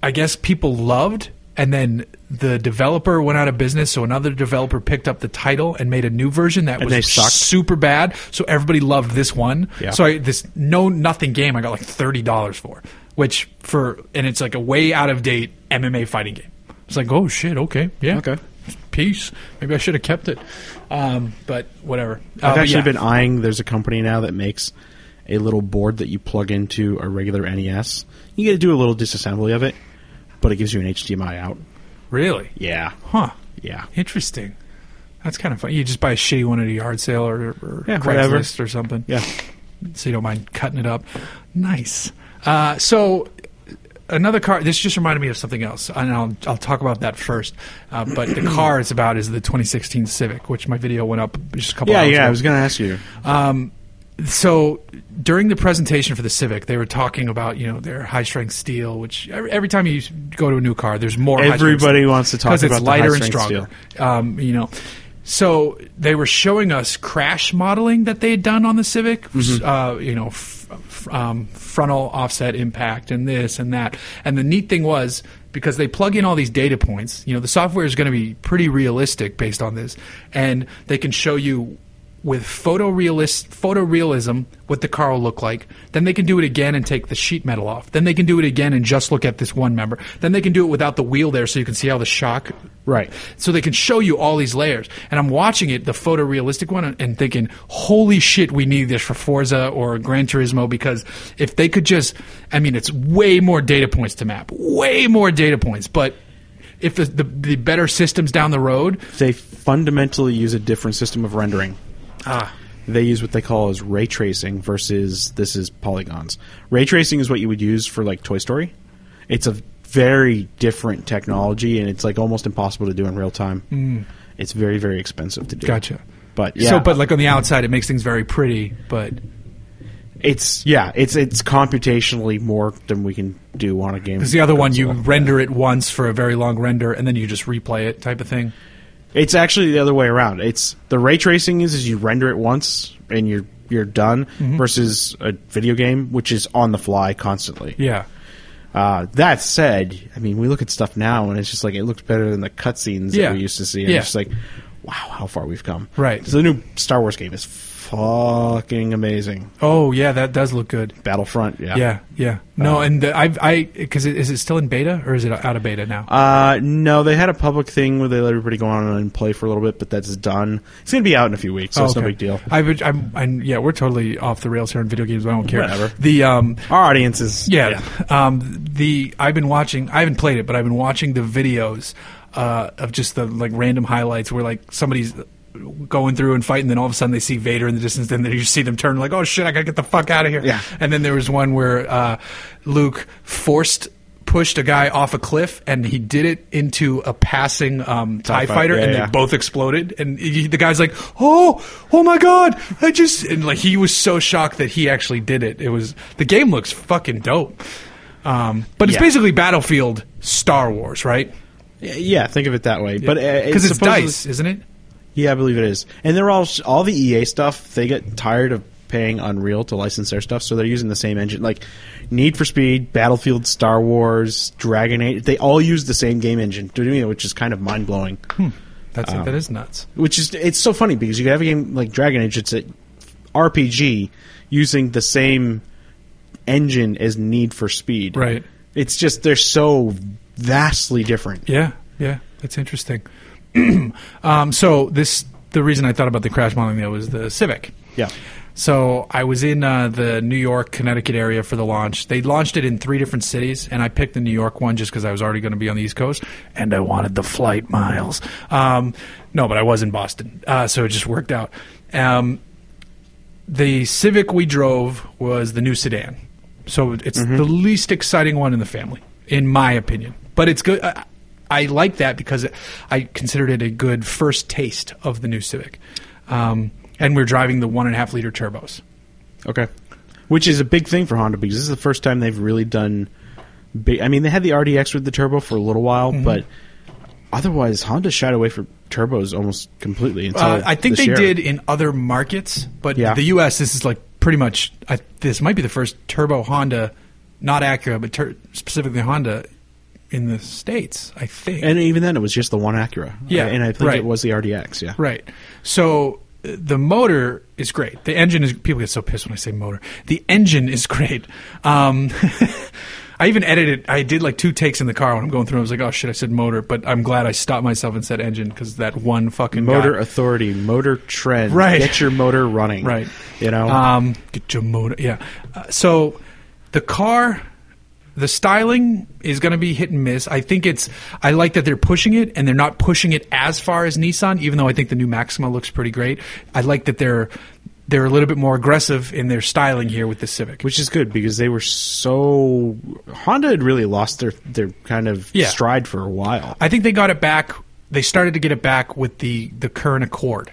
Speaker 1: I guess people loved, and then the developer went out of business, so another developer picked up the title and made a new version that
Speaker 2: they
Speaker 1: was
Speaker 2: sucked.
Speaker 1: super bad. So everybody loved this one.
Speaker 2: Yeah.
Speaker 1: So I, this no nothing game I got like thirty dollars for, which for and it's like a way out of date MMA fighting game. It's like oh shit, okay, yeah,
Speaker 2: Okay.
Speaker 1: peace. Maybe I should have kept it, um, but whatever. Uh,
Speaker 2: I've
Speaker 1: but
Speaker 2: actually
Speaker 1: yeah.
Speaker 2: been eyeing. There's a company now that makes a little board that you plug into a regular NES. You get to do a little disassembly of it, but it gives you an HDMI out.
Speaker 1: really,
Speaker 2: Yeah,
Speaker 1: huh?
Speaker 2: yeah.
Speaker 1: Interesting. That's kind of funny. You just buy a shitty one at a yard sale or, or
Speaker 2: Yeah, whatever.
Speaker 1: Craigslist or something.
Speaker 2: Yeah.
Speaker 1: so you don't mind cutting it up. Nice. Uh, so another car. This just reminded me of something else, and I'll I'll talk about that first. Uh, but the car it's about is the 2016 Civic, which my video went up just a couple.
Speaker 2: Yeah,
Speaker 1: hours
Speaker 2: yeah.
Speaker 1: ago
Speaker 2: I was gonna ask you. Everybody wants to talk
Speaker 1: because it's
Speaker 2: about the
Speaker 1: lighter and
Speaker 2: high-strength
Speaker 1: stronger. Um, you know, so they were showing us crash modeling that they had done on the Civic. Uh, you know, f- f- um, frontal offset impact and this and that. And the neat thing was because they plug in all these data points. You know, the software is going to be pretty realistic based on this, and they can show you with photorealist photorealism what the car will look like. Then they can do it again and take the sheet metal off. Then they can do it again and just look at this one member. Then they can do it without the wheel there so you can see how the shock
Speaker 2: Right.
Speaker 1: so they can show you all these layers. And I'm watching it, the photorealistic one, and thinking, holy shit, we need this for Forza or Gran Turismo because if they could just, I mean, it's way more data points to map, way more data points, but if the, the, the better systems down the road,
Speaker 2: They fundamentally use a different system of rendering.
Speaker 1: ah,
Speaker 2: they use what they call as ray tracing versus this is polygons. Ray tracing is what you would use for like Toy Story. It's a very different technology, and it's like almost impossible to do in real time. Mm. It's very very expensive to do.
Speaker 1: Gotcha.
Speaker 2: But yeah,
Speaker 1: so, but like on the outside, it makes things very pretty, but
Speaker 2: it's yeah, it's it's computationally more than we can do on a game.
Speaker 1: because the other one, you render it once for a very long render and then you just replay it type of thing.
Speaker 2: It's actually the other way around. It's the ray tracing is is you render it once and you're you're done
Speaker 1: Mm-hmm.
Speaker 2: versus a video game which is on the fly constantly.
Speaker 1: Yeah.
Speaker 2: Uh, that said, I mean, we look at stuff now and it's just like it looks better than the cutscenes
Speaker 1: Yeah.
Speaker 2: that we used to see. And
Speaker 1: Yeah.
Speaker 2: it's just like, wow, how far we've come.
Speaker 1: Right.
Speaker 2: So the new Star Wars game is fucking amazing.
Speaker 1: Oh, yeah, that does look good.
Speaker 2: Battlefront, yeah. Uh,
Speaker 1: Yeah, yeah. No, and the, I've, I because it, is it still in beta or is it out of beta now?
Speaker 2: Uh, no, they had a public thing where they let everybody go on and play for a little bit, but that's done. It's going to be out in a few weeks, so
Speaker 1: Oh,
Speaker 2: it's no
Speaker 1: okay.
Speaker 2: big deal.
Speaker 1: I would, I'm, I'm, yeah, we're totally off the rails here in video games. But I don't care.
Speaker 2: Whatever.
Speaker 1: The um,
Speaker 2: Our audience is.
Speaker 1: yeah, um, the I've been watching. I haven't played it, but I've been watching the videos uh, of just the like random highlights where like somebody's going through and fighting, then all of a sudden they see Vader in the distance, then you see them turn like, oh shit, I gotta get the fuck out of here.
Speaker 2: Yeah.
Speaker 1: And then there was one where uh, Luke forced. Pushed a guy off a cliff, and he did it into a passing um, Tie,
Speaker 2: fighter,
Speaker 1: fighter,
Speaker 2: yeah,
Speaker 1: and they
Speaker 2: yeah.
Speaker 1: both both exploded and he, the guy's like oh oh my god i just and like he was so shocked that he actually did it it was the game looks fucking dope um, but it's
Speaker 2: Yeah.
Speaker 1: basically battlefield star wars right
Speaker 2: Yeah, think of it that way. But uh,
Speaker 1: because it's,
Speaker 2: supposedly-
Speaker 1: dice isn't it
Speaker 2: Yeah, I believe it is. And they're all all the EA stuff. They get tired of paying Unreal to license their stuff, so they're using the same engine. Like Need for Speed, Battlefield, Star Wars, Dragon Age. They all use the same game engine, to me, which is kind of mind blowing.
Speaker 1: Hmm. that's
Speaker 2: Oh.
Speaker 1: it that is nuts
Speaker 2: Which is it's so funny because you could have a game like Dragon Age. It's a RPG using the same engine as Need for Speed.
Speaker 1: Right.
Speaker 2: It's just they're so vastly different.
Speaker 1: yeah yeah that's interesting [CLEARS THROAT] um, so this the reason i thought about the crash modeling though was the civic
Speaker 2: Yeah.
Speaker 1: So I was in uh, the New York, Connecticut area for the launch. They launched it in three different cities, and I picked the New York one just because I was already going to be on the East Coast, and I wanted the flight miles. Um, no, but I was in Boston, uh, so it just worked out. Um, the Civic we drove was the new sedan, so it's
Speaker 2: Mm-hmm.
Speaker 1: the least exciting one in the family, in my opinion. But it's good. I, I like that because I considered it a good first taste of the new Civic, um, and we're driving the one and a half liter turbos.
Speaker 2: Okay. Which is a big thing for Honda because this is the first time they've really done big. I mean, they had the RDX with the turbo for a little while,
Speaker 1: Mm-hmm.
Speaker 2: but otherwise, Honda shied away from turbos almost completely. Until
Speaker 1: Uh, I think
Speaker 2: this
Speaker 1: they
Speaker 2: year.
Speaker 1: did in other markets, but
Speaker 2: Yeah.
Speaker 1: the U.S. This is like pretty much I, this might be the first turbo Honda, not Acura, but tur- specifically Honda in the states. I think.
Speaker 2: And even then, it was just the one Acura.
Speaker 1: Yeah,
Speaker 2: and I think
Speaker 1: right.
Speaker 2: it was the RDX. Yeah,
Speaker 1: Right. So uh, the motor is great. The engine is. People get so pissed when I say motor. The engine is [LAUGHS] great. Um, [LAUGHS] I even edited. I did like two takes in the car when I'm going through. I was like, oh shit, I said motor, but I'm glad I stopped myself and said engine because that one fucking
Speaker 2: Motor
Speaker 1: guy-
Speaker 2: authority, motor trend.
Speaker 1: Right.
Speaker 2: Get your motor running.
Speaker 1: Right.
Speaker 2: You know.
Speaker 1: Um, get your motor. Yeah. Uh, so the car, the styling is going to be hit and miss. I think it's. I like that they're pushing it, and they're not pushing it as far as Nissan. Even though I think the new Maxima looks pretty great, I like that they're they're a little bit more aggressive in their styling here with the Civic.
Speaker 2: which is good because they were so Honda had really lost their their kind of
Speaker 1: Yeah.
Speaker 2: stride for a while.
Speaker 1: I think they got it back. They started to get it back with the the current Accord.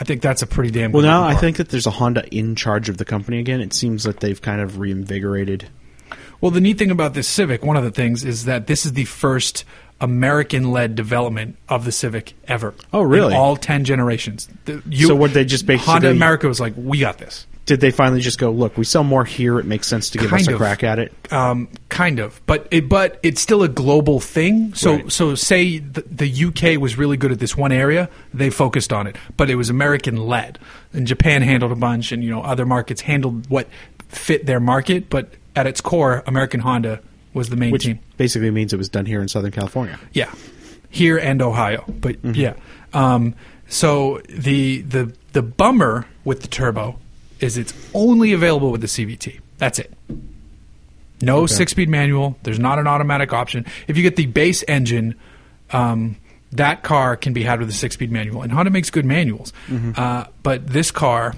Speaker 1: I think that's a pretty damn.
Speaker 2: Well,
Speaker 1: good
Speaker 2: now
Speaker 1: looking
Speaker 2: I
Speaker 1: car.
Speaker 2: think that there's a Honda in charge of the company again. It seems that they've kind of reinvigorated.
Speaker 1: Well, the neat thing about this Civic, one of the things, is that this is the first American-led development of the Civic ever.
Speaker 2: Oh, really?
Speaker 1: In all ten generations. The- you-
Speaker 2: So what, they just basically-
Speaker 1: Honda America was like, we got this.
Speaker 2: Did they finally just go, look, we sell more here. It makes sense to give us
Speaker 1: Kind
Speaker 2: a
Speaker 1: of.
Speaker 2: crack at it.
Speaker 1: Um, kind of, but it, but it's still a global thing. So
Speaker 2: Right.
Speaker 1: so say the, the UK was really good at this one area, they focused on it, but it was American led, and Japan handled a bunch, and you know other markets handled what fit their market, but at its core, American Honda was the main
Speaker 2: Which
Speaker 1: team.
Speaker 2: basically means it was done here in Southern California.
Speaker 1: Yeah, here and Ohio, but yeah. Um, so the the the bummer with the turbo is it's only available with the CVT. That's it. No six speed manual. There's not an automatic option. If you get the base engine, um, that car can be had with a six speed manual. And Honda makes good manuals, uh, but this car,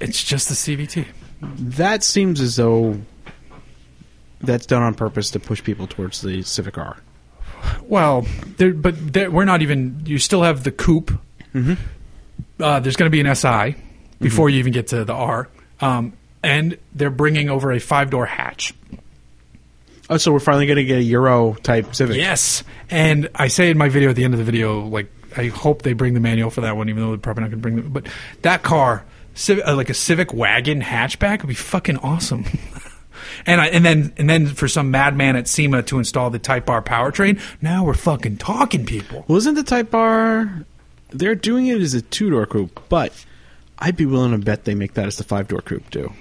Speaker 1: it's just the CVT.
Speaker 2: That seems as though that's done on purpose to push people towards the Civic R.
Speaker 1: Well, there, but there, we're not even. You still have the coupe. Uh, there's going to be an SI before you even get to the R, um, and they're bringing over a five door hatch.
Speaker 2: Oh, so we're finally going to get a Euro type Civic.
Speaker 1: Yes, and I say in my video at the end of the video, like I hope they bring the manual for that one, even though they're probably not going to bring them. But that car, Civ- uh, like a Civic wagon hatchback, would be fucking awesome. [LAUGHS] and I, and then and then for some madman at SEMA to install the Type R powertrain. Now we're fucking talking, people.
Speaker 2: Well, isn't the Type R? They're doing it as a two door coupe, but I'd be willing to bet they make that as the five door coupe too.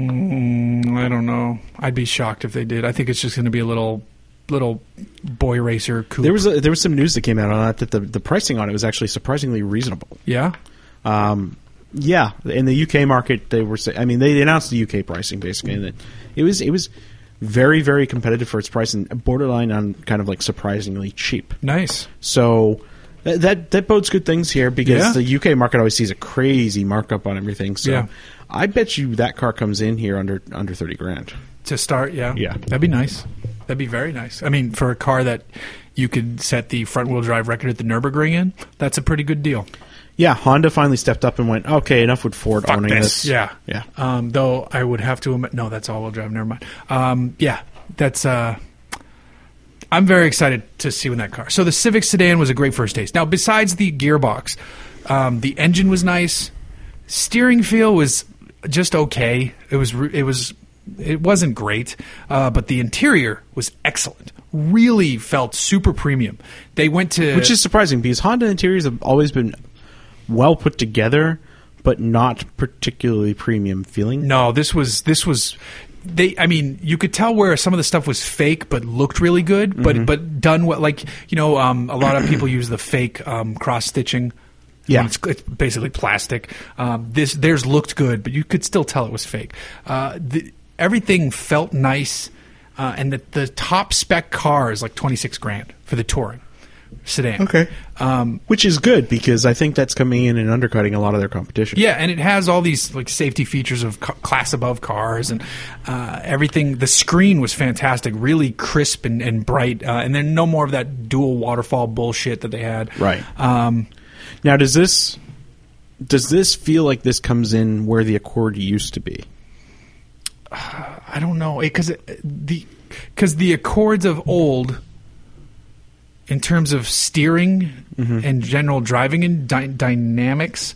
Speaker 1: Mm, I don't know. I'd be shocked if they did. I think it's just going to be a little little boy racer coupe.
Speaker 2: There was a, there was some news that came out on that that the, the pricing on it was actually surprisingly reasonable.
Speaker 1: yeah.
Speaker 2: Um, yeah, in the UK market, they were. sa- I mean, they announced the UK pricing basically, and it, it was it was very very competitive for its price and borderline on kind of like surprisingly cheap.
Speaker 1: Nice.
Speaker 2: So that that, that bodes good things here
Speaker 1: Yeah.
Speaker 2: because the UK market always sees a crazy markup on everything. So
Speaker 1: Yeah.
Speaker 2: I bet you that car comes in here under under thirty grand.
Speaker 1: To start, yeah.
Speaker 2: Yeah.
Speaker 1: That'd be nice. That'd be very nice. I mean, for a car that you could set the front wheel drive record at the Nürburgring in, that's a pretty good deal.
Speaker 2: Yeah, Honda finally stepped up and went, okay, enough with Ford owning this.
Speaker 1: Yeah.
Speaker 2: yeah.
Speaker 1: Um, though I would have to admit, no, that's all wheel drive. Never mind. Um, yeah. That's. Uh, I'm very excited to see when that car. So the Civic sedan was a great first taste. Now, besides the gearbox, um, the engine was nice. Steering feel was just okay. It was re- it was it wasn't great, uh, but the interior was excellent. Really felt super premium. They went to
Speaker 2: Which is surprising because Honda interiors have always been well put together, but not particularly premium feeling.
Speaker 1: No, this was this was they I mean, you could tell where some of the stuff was fake but looked really good, but but done what like, you know, um, a lot of people use the fake um, cross stitching.
Speaker 2: Yeah.
Speaker 1: It's, it's basically plastic. Um, this theirs looked good, but you could still tell it was fake. Uh, the, everything felt nice, uh, and the, the top spec car is like twenty six grand for the touring sedan. um,
Speaker 2: Which is good because I think that's coming in and undercutting a lot of their competition.
Speaker 1: yeah, and it has all these like safety features of ca- class above cars and uh, everything. The screen was fantastic, really crisp and, and bright, uh, and then no more of that dual waterfall bullshit that they had.
Speaker 2: Right.
Speaker 1: Um,
Speaker 2: Now, does this does this feel like this comes in where the Accord used to be?
Speaker 1: I don't know because the because the Accords of old, in terms of steering and general driving and dy- dynamics,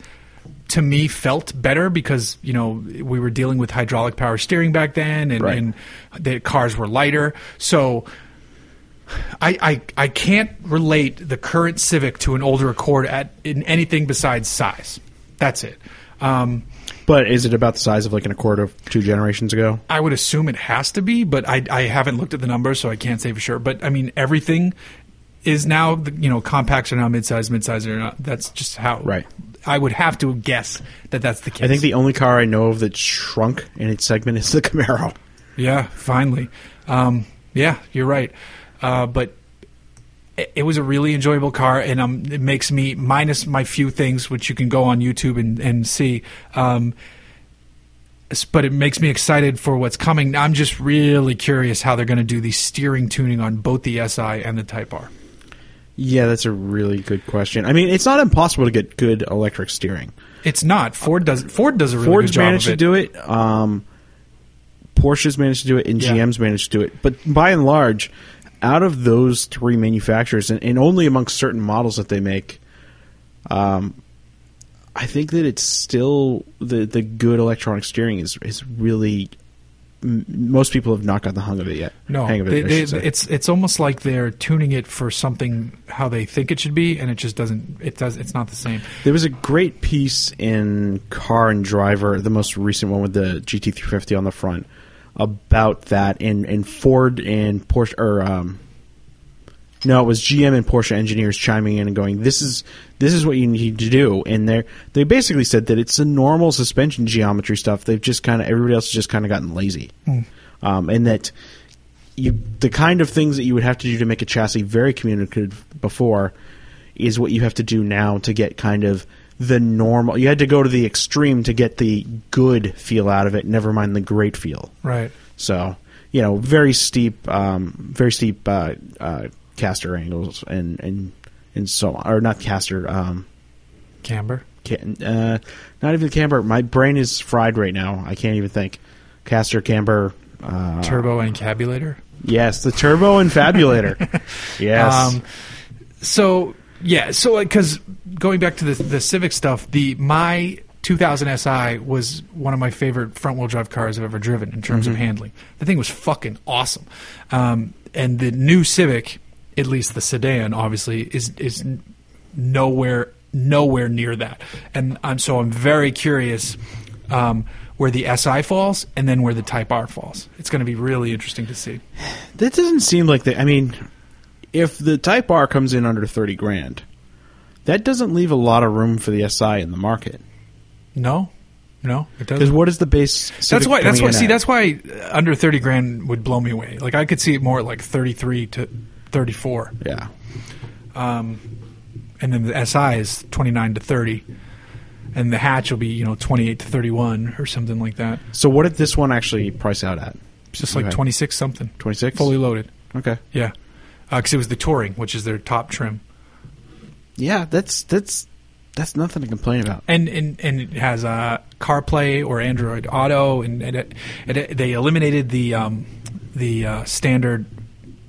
Speaker 1: to me felt better because you know we were dealing with hydraulic power steering back then, and,
Speaker 2: Right.
Speaker 1: and the cars were lighter, so I, I I can't relate the current Civic to an older Accord at in anything besides size. That's it. Um,
Speaker 2: But is it about the size of like an Accord of two generations ago?
Speaker 1: I would assume it has to be, but I, I haven't looked at the numbers, so I can't say for sure. But I mean, everything is now you know compacts are now midsize, midsize are not. That's just how.
Speaker 2: Right.
Speaker 1: I would have to guess that that's the case.
Speaker 2: I think the only car I know of that shrunk in its segment is the Camaro.
Speaker 1: Yeah, finally. Um, yeah, you're right. Uh, but it, it was a really enjoyable car, and um, it makes me minus my few things, which you can go on YouTube and, and see. Um, s- but it makes me excited for what's coming. I'm just really curious how they're going to do the steering tuning on both the SI and the Type R.
Speaker 2: Yeah, that's a really good question. I mean, it's not impossible to get good electric steering.
Speaker 1: It's not Ford does Ford does a really
Speaker 2: Ford's
Speaker 1: good job
Speaker 2: managed
Speaker 1: of it.
Speaker 2: to do it. Um, Porsche's managed to do it, and
Speaker 1: Yeah.
Speaker 2: GM's managed to do it. But by and large, out of those three manufacturers, and, and only amongst certain models that they make, um, I think that it's still the the good electronic steering is is really. m- Most people have not gotten the hang of it yet.
Speaker 1: No,
Speaker 2: hang of it.
Speaker 1: they-
Speaker 2: I
Speaker 1: they-
Speaker 2: should say.
Speaker 1: it's it's almost like they're tuning it for something how they think it should be, and it just doesn't. It does. It's not the same.
Speaker 2: There was a great piece in Car and Driver, the most recent one with the GT350 on the front, about that. And, and Ford and Porsche, or um, no, it was GM and Porsche engineers chiming in and going, "This is this is what you need to do." And they they basically said that it's the normal suspension geometry stuff. They've just kind of everybody else has just kind of gotten lazy, um, and that you the kind of things that you would have to do to make a chassis very communicative before is what you have to do now to get kind of the normal. You had to go to the extreme to get the good feel out of it. Never mind the great feel.
Speaker 1: Right.
Speaker 2: So you know, very steep, um, very steep uh, uh, caster angles and and and so on, or not caster. Um,
Speaker 1: Camber.
Speaker 2: can, uh, not even camber. My brain is fried right now. I can't even think. Caster camber. Uh,
Speaker 1: Turbo and cabulator.
Speaker 2: Yes, the turbo infabulator. [LAUGHS] yes.
Speaker 1: Um, so yeah, so because going back to the the Civic stuff, the my 2000 SI was one of my favorite front wheel drive cars I've ever driven in terms of handling. The thing was fucking awesome, um, and the new Civic, at least the sedan, obviously is is nowhere nowhere near that, and I'm so I'm very curious. Um, where the SI falls and then where the Type R falls. It's going to be really interesting to see.
Speaker 2: that doesn't seem like the. I mean, if the Type R comes in under thirty grand, that doesn't leave a lot of room for the SI in the market.
Speaker 1: No, no, it doesn't.
Speaker 2: Because what is the base?
Speaker 1: That's
Speaker 2: Civic
Speaker 1: why. That's
Speaker 2: coming
Speaker 1: why.
Speaker 2: in
Speaker 1: See,
Speaker 2: at?
Speaker 1: that's why uh, under thirty grand would blow me away. Like I could see it more at like thirty three to thirty four,
Speaker 2: yeah.
Speaker 1: and then the SI is twenty nine to thirty, and the hatch will be you know twenty eight to thirty one or something like that.
Speaker 2: So what did this one actually price out at?
Speaker 1: It's just like
Speaker 2: Okay.
Speaker 1: twenty six something,
Speaker 2: 26?
Speaker 1: fully loaded.
Speaker 2: Okay.
Speaker 1: Yeah, because it was the touring, which is their top trim,
Speaker 2: Yeah, that's that's that's nothing to
Speaker 1: [LAUGHS]
Speaker 2: complain about.
Speaker 1: and and and it has uh, CarPlay or Android Auto, and, and, it, and it, they eliminated the um, the uh, standard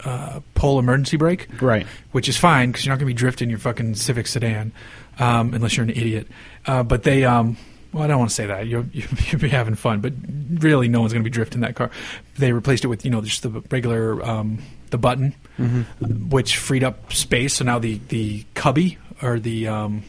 Speaker 1: uh, pole emergency brake.
Speaker 2: Right.
Speaker 1: which is fine because you're not going to be drifting your fucking Civic sedan um, unless you're an idiot. Uh, but they, um, well, I don't want to say that. You'll, [LAUGHS] you'll be having fun, but really, no one's going to be drifting that car. They replaced it with you know just the regular um, the button, which freed up space. So now the the cubby or the um,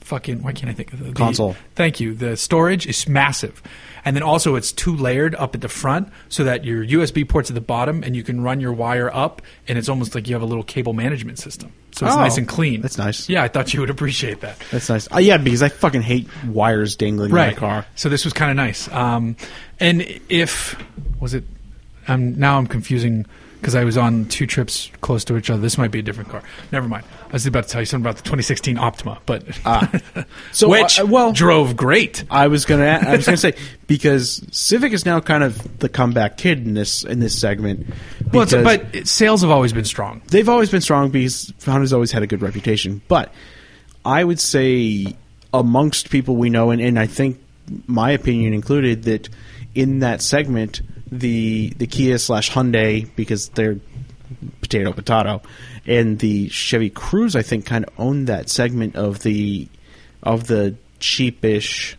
Speaker 1: fucking why can't I think of the
Speaker 2: Console.
Speaker 1: Thank you. The storage is massive. And then also it's two layered up at the front so that your USB port's at the bottom and you can run your wire up and it's almost like you have a little cable management system. So it's
Speaker 2: Oh,
Speaker 1: nice and clean.
Speaker 2: that's nice.
Speaker 1: Yeah, I thought you would appreciate that.
Speaker 2: That's nice. Oh, yeah, because I fucking hate wires dangling in
Speaker 1: Right.
Speaker 2: my car.
Speaker 1: So this was kind of nice. Um, and if was it I'm now I'm confusing because I was on two trips close to each other. This might be a different car. Never mind. I was about to tell you something about the 2016 Optima, but [LAUGHS]
Speaker 2: Ah. So,
Speaker 1: which
Speaker 2: uh, well-
Speaker 1: drove great.
Speaker 2: I was gonna. I was gonna say because Civic is now kind of the comeback kid in this in this segment.
Speaker 1: Well, it's,
Speaker 2: because-
Speaker 1: but it- sales have always been strong.
Speaker 2: they've always been strong because Honda's always had a good reputation. But I would say amongst people we know, and, and I think my opinion included, that in that segment, the the Kia slash Hyundai because they're potato potato, and the Chevy Cruze I think kind of owned that segment of the of the cheapish,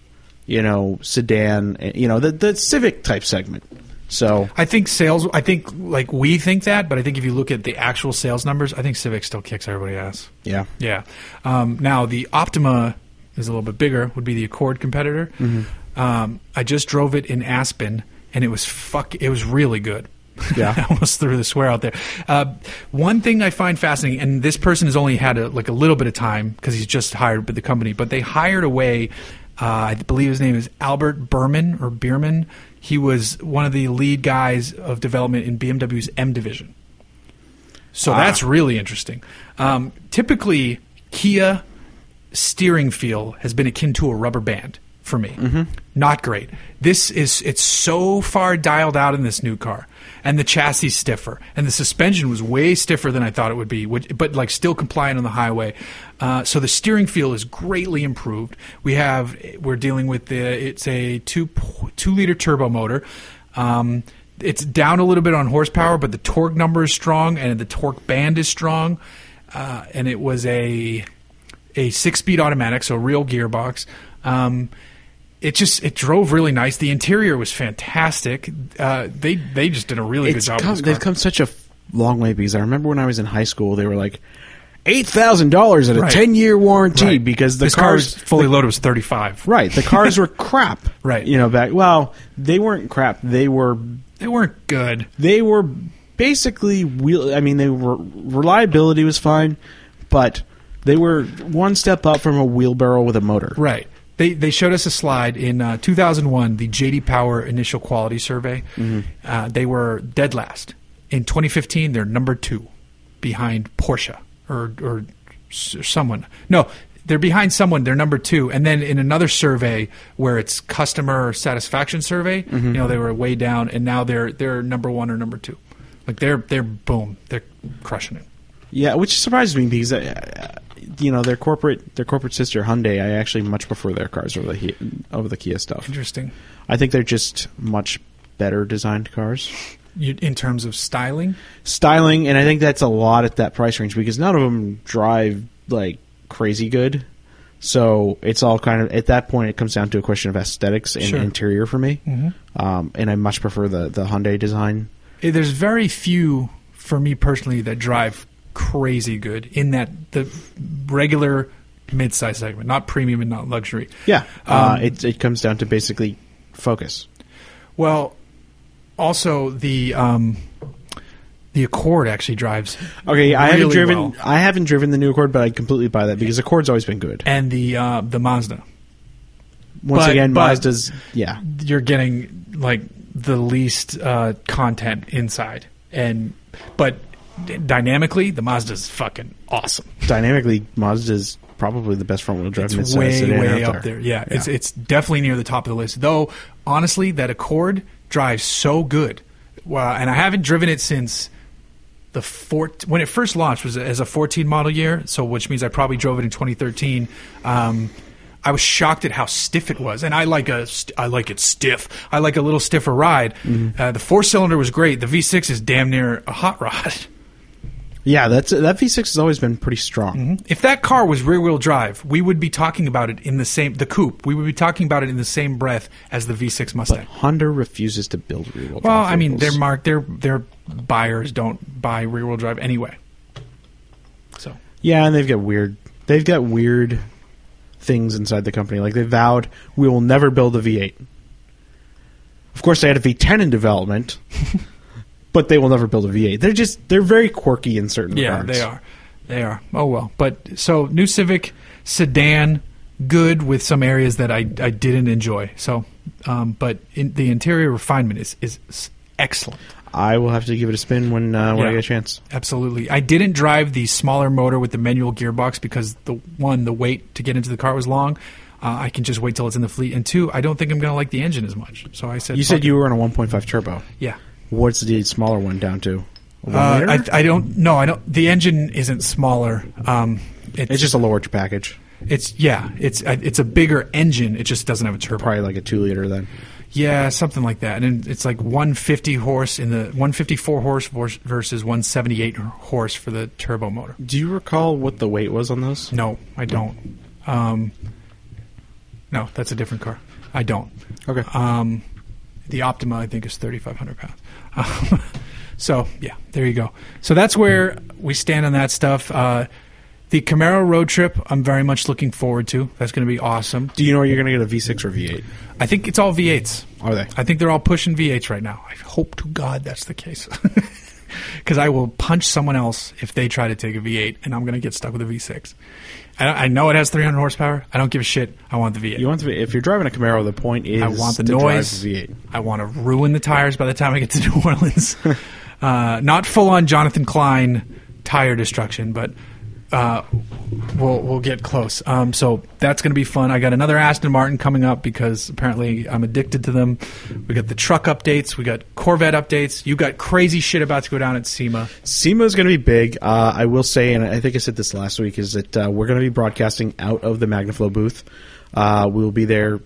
Speaker 2: you know, sedan, you know, the the Civic type segment. So
Speaker 1: I think sales. I think like we think that, but I think if you look at the actual sales numbers, I think Civic still kicks everybody ass.
Speaker 2: yeah,
Speaker 1: Yeah. Um, now the Optima is a little bit bigger. Would be the Accord competitor. Um, I just drove it in Aspen, and it was fuck. It was really good.
Speaker 2: Yeah.
Speaker 1: [LAUGHS] I almost threw the swear out there. Uh, one thing I find fascinating, and this person has only had a, like a little bit of time because he's just hired by the company, but they hired away. Uh, I believe his name is Albert Berman or Bierman. He was one of the lead guys of development in BMW's M division. So that's really interesting. Um, typically, Kia steering feel has been akin to a rubber band for me. Not great. This is it's so far dialed out in this new car, and the chassis is stiffer, and the suspension was way stiffer than I thought it would be, which, but like still compliant on the highway. Uh, so the steering feel is greatly improved. We have we're dealing with the it's a two p- two liter turbo motor. Um, it's down a little bit on horsepower, but the torque number is strong and the torque band is strong. Uh, and it was a a six speed automatic, so real gearbox. Um, it just it drove really nice. The interior was fantastic. Uh, they they just did a really
Speaker 2: it's
Speaker 1: good job.
Speaker 2: come,
Speaker 1: with this
Speaker 2: they've
Speaker 1: car.
Speaker 2: come such a f- long way because I remember when I was in high school, they were like eight thousand dollars at a
Speaker 1: Right.
Speaker 2: ten year warranty
Speaker 1: Right.
Speaker 2: because the
Speaker 1: this
Speaker 2: cars
Speaker 1: car was fully loaded was thirty five.
Speaker 2: right the
Speaker 1: [LAUGHS]
Speaker 2: cars were crap
Speaker 1: Right.
Speaker 2: you know back well they weren't crap they were
Speaker 1: They weren't good.
Speaker 2: they were basically wheel. I mean, they were reliability was fine, but they were one step up from a wheelbarrow with a motor.
Speaker 1: Right. They, they showed us a slide in uh, 2001, the JD Power Initial Quality Survey. Uh, they were dead last. In 2015, they're number two behind Porsche or, or s- someone. No, they're behind someone. They're number two. And then in another survey where it's customer satisfaction survey, you know, they were way down, and now they're they're number one or number two. Like they're they're boom, they're crushing it.
Speaker 2: Yeah, which surprised me because. Uh, you know their corporate their corporate sister Hyundai. I actually much prefer their cars over the Hi- over the Kia stuff.
Speaker 1: Interesting.
Speaker 2: I think they're just much better designed cars,
Speaker 1: You, in terms of styling,
Speaker 2: styling, and I think that's a lot at that price range because none of them drive like crazy good. So it's all kind of at that point it comes down to a question of aesthetics and
Speaker 1: Sure.
Speaker 2: interior for me.
Speaker 1: Mhm.
Speaker 2: um, and I much prefer the the Hyundai design.
Speaker 1: Eh, there's very few for me personally that drive crazy good in that the regular mid-size segment, not premium and not luxury.
Speaker 2: Yeah, uh,
Speaker 1: Um,
Speaker 2: it it comes down to basically focus.
Speaker 1: Well, also the um, the Accord actually drives,
Speaker 2: Okay, I haven't
Speaker 1: really
Speaker 2: driven
Speaker 1: well.
Speaker 2: I haven't driven the new Accord, but I completely buy that because Accord's always been good.
Speaker 1: and the uh, the Mazda.
Speaker 2: Once
Speaker 1: but-
Speaker 2: again,
Speaker 1: but-
Speaker 2: Mazda's yeah,
Speaker 1: You're getting like the least uh, content inside, and but d- dynamically, the Mazda's fucking awesome.
Speaker 2: dynamically Mazda's probably the best front wheel drive
Speaker 1: It's
Speaker 2: midsize
Speaker 1: way,
Speaker 2: sedan
Speaker 1: way
Speaker 2: out
Speaker 1: up there. Yeah, it's it's definitely near the top of the list. Though honestly, that Accord drives so good, well, and I haven't driven it since the four when it first launched was as a 14 model year. So which means I probably drove it in 2013. Um, I was shocked at how stiff it was, and I like a st- I like it stiff. I like a little stiffer ride. Uh, the four cylinder was great. The V6 is damn near a hot rod. [LAUGHS]
Speaker 2: yeah, that's that V6 has always been pretty strong.
Speaker 1: If that car was rear wheel drive, we would be talking about it in the same the coupe. We would be talking about it in the same breath as the V6 Mustang.
Speaker 2: Honda refuses to build rear wheel.
Speaker 1: well, I mean, their mark their their buyers don't buy rear wheel drive anyway. So
Speaker 2: Yeah, and they've got weird. They've got weird things inside the company. Like they vowed, we will never build a V8. Of course, they had a V10
Speaker 1: [LAUGHS]
Speaker 2: in development, but they will never build a V8. They're just they're very quirky in certain
Speaker 1: yeah,
Speaker 2: regards.
Speaker 1: they are, they are. Oh well, but so new Civic sedan, good with some areas that I I didn't enjoy. So, um, but in, the interior refinement is is s- excellent.
Speaker 2: I will have to give it a spin when uh, when I
Speaker 1: Yeah.
Speaker 2: get a chance.
Speaker 1: Absolutely. I didn't drive the smaller motor with the manual gearbox because the one, the wait to get into the car was long. Uh, I can just wait till it's in the fleet. And two, I don't think I'm going to like the engine as much. So I said,
Speaker 2: You
Speaker 1: fuck
Speaker 2: said
Speaker 1: it.
Speaker 2: you were on a 1.5 turbo.
Speaker 1: yeah.
Speaker 2: What's the smaller one down to? A one
Speaker 1: Uh,
Speaker 2: liter?
Speaker 1: I, I don't. No, I don't. The engine isn't smaller. Um, it's,
Speaker 2: it's just a lower package,
Speaker 1: It's yeah. It's I- it's a bigger engine. It just doesn't have a turbo.
Speaker 2: probably like a two liter then.
Speaker 1: Yeah, something like that. And it's like 150 horse in the 154 horse vers- versus 178 horse for the turbo motor.
Speaker 2: Do you recall what the weight was on those?
Speaker 1: No, I don't. Um, no, that's a different car. I don't.
Speaker 2: Okay.
Speaker 1: Um, The Optima, I think, is 3,500 pounds. [LAUGHS] Um, so, yeah, there you go. So that's where we stand on that stuff. Uh, the Camaro road trip, I'm very much looking forward to. That's going to be awesome.
Speaker 2: Do you know you're going to get a V6 or V8?
Speaker 1: I think it's all V8s.
Speaker 2: Are they?
Speaker 1: I think they're all pushing V8s right now. I hope to God that's the case. [LAUGHS] Because I will punch someone else if they try to take a V8, and I'm going to get stuck with a V6. I, don't- I know it has 300 horsepower. I don't give a shit. I want the V8.
Speaker 2: You want to be, if you're driving a Camaro, the point is
Speaker 1: I want the
Speaker 2: to
Speaker 1: noise.
Speaker 2: drive a V8.
Speaker 1: I want to ruin the tires by the time I get to [LAUGHS] New Orleans. uh, not full on Jonathan Klein tire destruction, but uh, we'll we'll get close. Um, so that's going to be fun. I got another Aston Martin coming up because apparently I'm addicted to them. We got the truck updates. We got Corvette updates. You got crazy shit about to go down at SEMA.
Speaker 2: SEMA is going to be big. Uh, I will say, and I think I said this last week, is that uh, we're going to be broadcasting out of the Magnaflow booth. Uh, we'll be there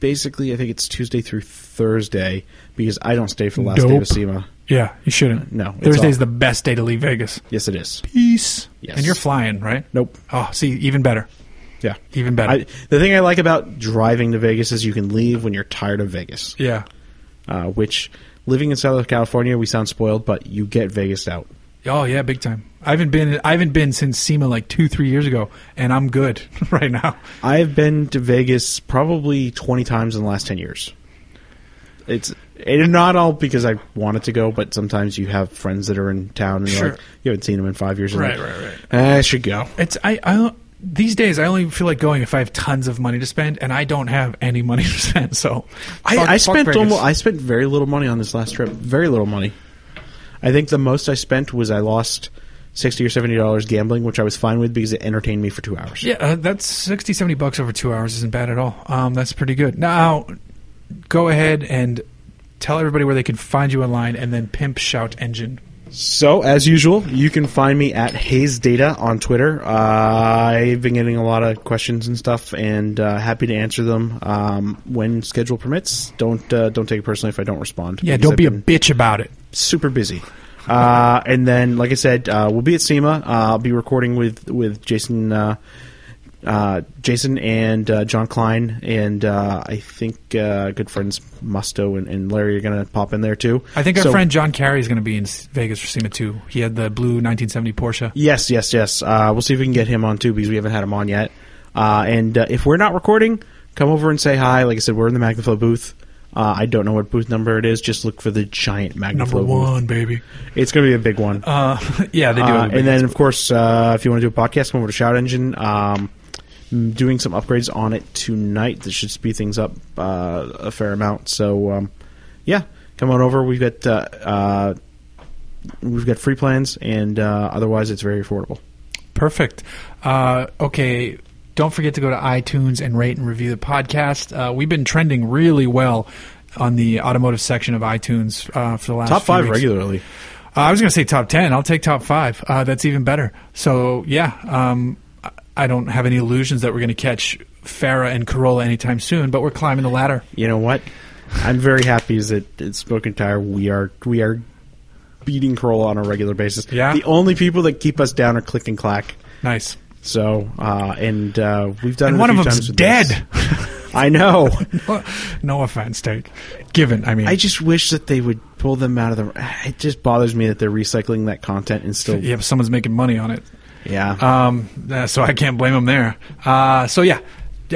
Speaker 2: basically, I think it's Tuesday through Thursday because I don't stay for the last day
Speaker 1: Dope.
Speaker 2: of SEMA.
Speaker 1: Yeah, you shouldn't.
Speaker 2: No, it's
Speaker 1: Thursday's
Speaker 2: off.
Speaker 1: the best day to leave Vegas.
Speaker 2: Yes, it is.
Speaker 1: Peace.
Speaker 2: Yes.
Speaker 1: And you're flying, right?
Speaker 2: Nope.
Speaker 1: Oh, see, even better.
Speaker 2: Yeah.
Speaker 1: Even better.
Speaker 2: I, the thing I like about driving to Vegas is you can leave when you're tired of Vegas,
Speaker 1: yeah.
Speaker 2: uh, which living in Southern California, we sound spoiled, but you get Vegas out.
Speaker 1: Oh yeah, big time. I haven't been I haven't been since SEMA like two three years ago, and I'm good [LAUGHS] right now.
Speaker 2: I've been to Vegas probably 20 times in the last 10 years. It's and not all because I wanted to go, but sometimes you have friends that are in town and
Speaker 1: Sure.
Speaker 2: you're like, you haven't seen them in five years. and
Speaker 1: Right,
Speaker 2: like,
Speaker 1: right, right.
Speaker 2: "Eh, I should go.
Speaker 1: It's I I don't- these days I only feel like going if I have tons of money to spend, and I don't have any money [LAUGHS] to spend. So
Speaker 2: I,
Speaker 1: fuck-
Speaker 2: I
Speaker 1: fuck
Speaker 2: spent
Speaker 1: Vegas.
Speaker 2: almost, I spent very little money on this last trip. Very little money. I think the most I spent was I lost 60 or 70 dollars gambling, which I was fine with because it entertained me for two hours.
Speaker 1: yeah, uh, that's 60, 70 bucks over two hours isn't bad at all. Um, that's pretty good. Now, go ahead and tell everybody where they can find you online, and then pimp shout engine.
Speaker 2: So, as usual, you can find me at Haze Data on Twitter. Uh, I've been getting a lot of questions and stuff, and uh, happy to answer them um, when schedule permits. Don't uh, don't take it personally if I don't respond.
Speaker 1: Yeah,
Speaker 2: because
Speaker 1: don't
Speaker 2: I've
Speaker 1: be a
Speaker 2: been
Speaker 1: bitch about it.
Speaker 2: super busy. Uh, and then, like I said, uh, we'll be at SEMA. Uh, I'll be recording with with Jason, uh, uh, Jason and uh, John Klein, and uh, I think uh, good friends Musto and, and Larry are going to pop in there too.
Speaker 1: I think our
Speaker 2: So-
Speaker 1: friend John Carey is going to be in S- Vegas for SEMA too. He had the blue 1970 Porsche.
Speaker 2: Yes, yes, yes. Uh, we'll see if we can get him on too because we haven't had him on yet. Uh, and uh, if we're not recording, come over and say hi. Like I said, we're in the Magnaflow booth. Uh, I don't know what booth number it is. Just look for the giant Magnaflow.
Speaker 1: Number
Speaker 2: booth.
Speaker 1: one, baby.
Speaker 2: It's going to be a big one.
Speaker 1: Uh, [LAUGHS] yeah, they do.
Speaker 2: Uh,
Speaker 1: have a big
Speaker 2: and then, of course, uh, if you want to do a podcast, come over to Shout Engine. Um, I'm doing some upgrades on it tonight that should speed things up uh, a fair amount. So, um, yeah, come on over. We've got uh, uh, we've got free plans, and uh, otherwise, it's very affordable.
Speaker 1: Perfect. Uh, okay. Don't forget to go to iTunes and rate and review the podcast. Uh, we've been trending really well on the automotive section of iTunes uh, for the last
Speaker 2: Top
Speaker 1: few
Speaker 2: five
Speaker 1: weeks.
Speaker 2: regularly.
Speaker 1: Uh, I was going to say top ten. I'll take top five. Uh, that's even better. So yeah, um, I- I don't have any illusions that we're going to catch Farah and Corolla anytime soon, but we're climbing the ladder.
Speaker 2: You know what? I'm very happy is that at Smoke and Tire we are we are beating Corolla on a regular basis.
Speaker 1: Yeah.
Speaker 2: The only people that keep us down are Click and Clack.
Speaker 1: Nice. [LAUGHS]
Speaker 2: So uh, and uh, we've done
Speaker 1: And
Speaker 2: it a
Speaker 1: one of
Speaker 2: few
Speaker 1: them's
Speaker 2: times with this.
Speaker 1: dead.
Speaker 2: [LAUGHS] I know.
Speaker 1: no offense, Dave. Given, I mean,
Speaker 2: I just wish that they would pull them out of the. [SIGHS] It just bothers me that they're recycling that content and still.
Speaker 1: yeah, someone's making money on it.
Speaker 2: Yeah.
Speaker 1: Um, uh, so I can't blame them there. Uh, so yeah,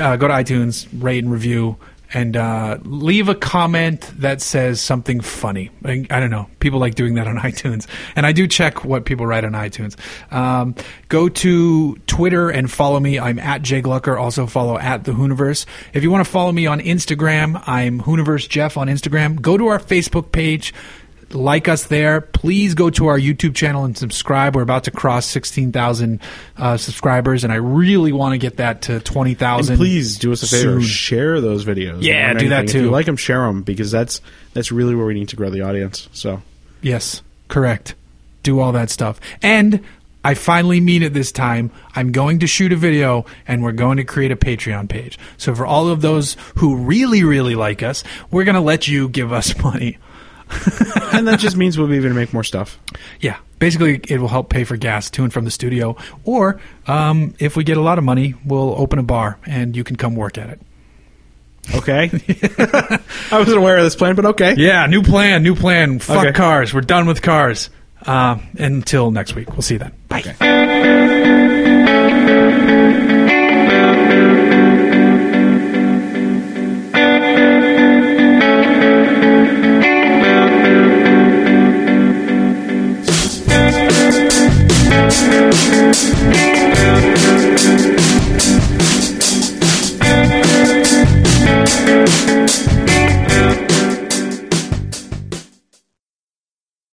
Speaker 1: uh, go to iTunes, rate and review, and uh, leave a comment that says something funny. I, I don't know. People like doing that on [LAUGHS] iTunes, and I do check what people write on iTunes. Um, go to Twitter and follow me. I'm at Jay Glucker. Also follow at the Hooniverse. If you want to follow me on Instagram, I'm Hooniverse Jeff on Instagram. Go to our Facebook page like us there. Please go to our YouTube channel and subscribe. We're about to cross 16,000 uh, subscribers, and I really want to get that to 20,000.
Speaker 2: And please do us a favor,
Speaker 1: soon.
Speaker 2: share those videos.
Speaker 1: Yeah,
Speaker 2: More than
Speaker 1: do that
Speaker 2: anything. If
Speaker 1: too.
Speaker 2: you like them, share them because that's that's really where we need to grow the audience. So
Speaker 1: Yes, correct. Do all that stuff. And I finally mean it this time. I'm going to shoot a video and we're going to create a Patreon page. So for all of those who really, really like us, we're going to let you give us [LAUGHS] money.
Speaker 2: and that just means we'll be able to make more stuff.
Speaker 1: Yeah, basically, it will help pay for gas to and from the studio. Or um, if we get a lot of money, we'll open a bar and you can come work at it. [LAUGHS]
Speaker 2: Okay. [LAUGHS] I wasn't aware of this plan, but okay.
Speaker 1: Yeah, new plan, new plan. Fuck
Speaker 2: Okay.
Speaker 1: cars. We're done with cars. Uh, until next week. We'll see you then. Bye.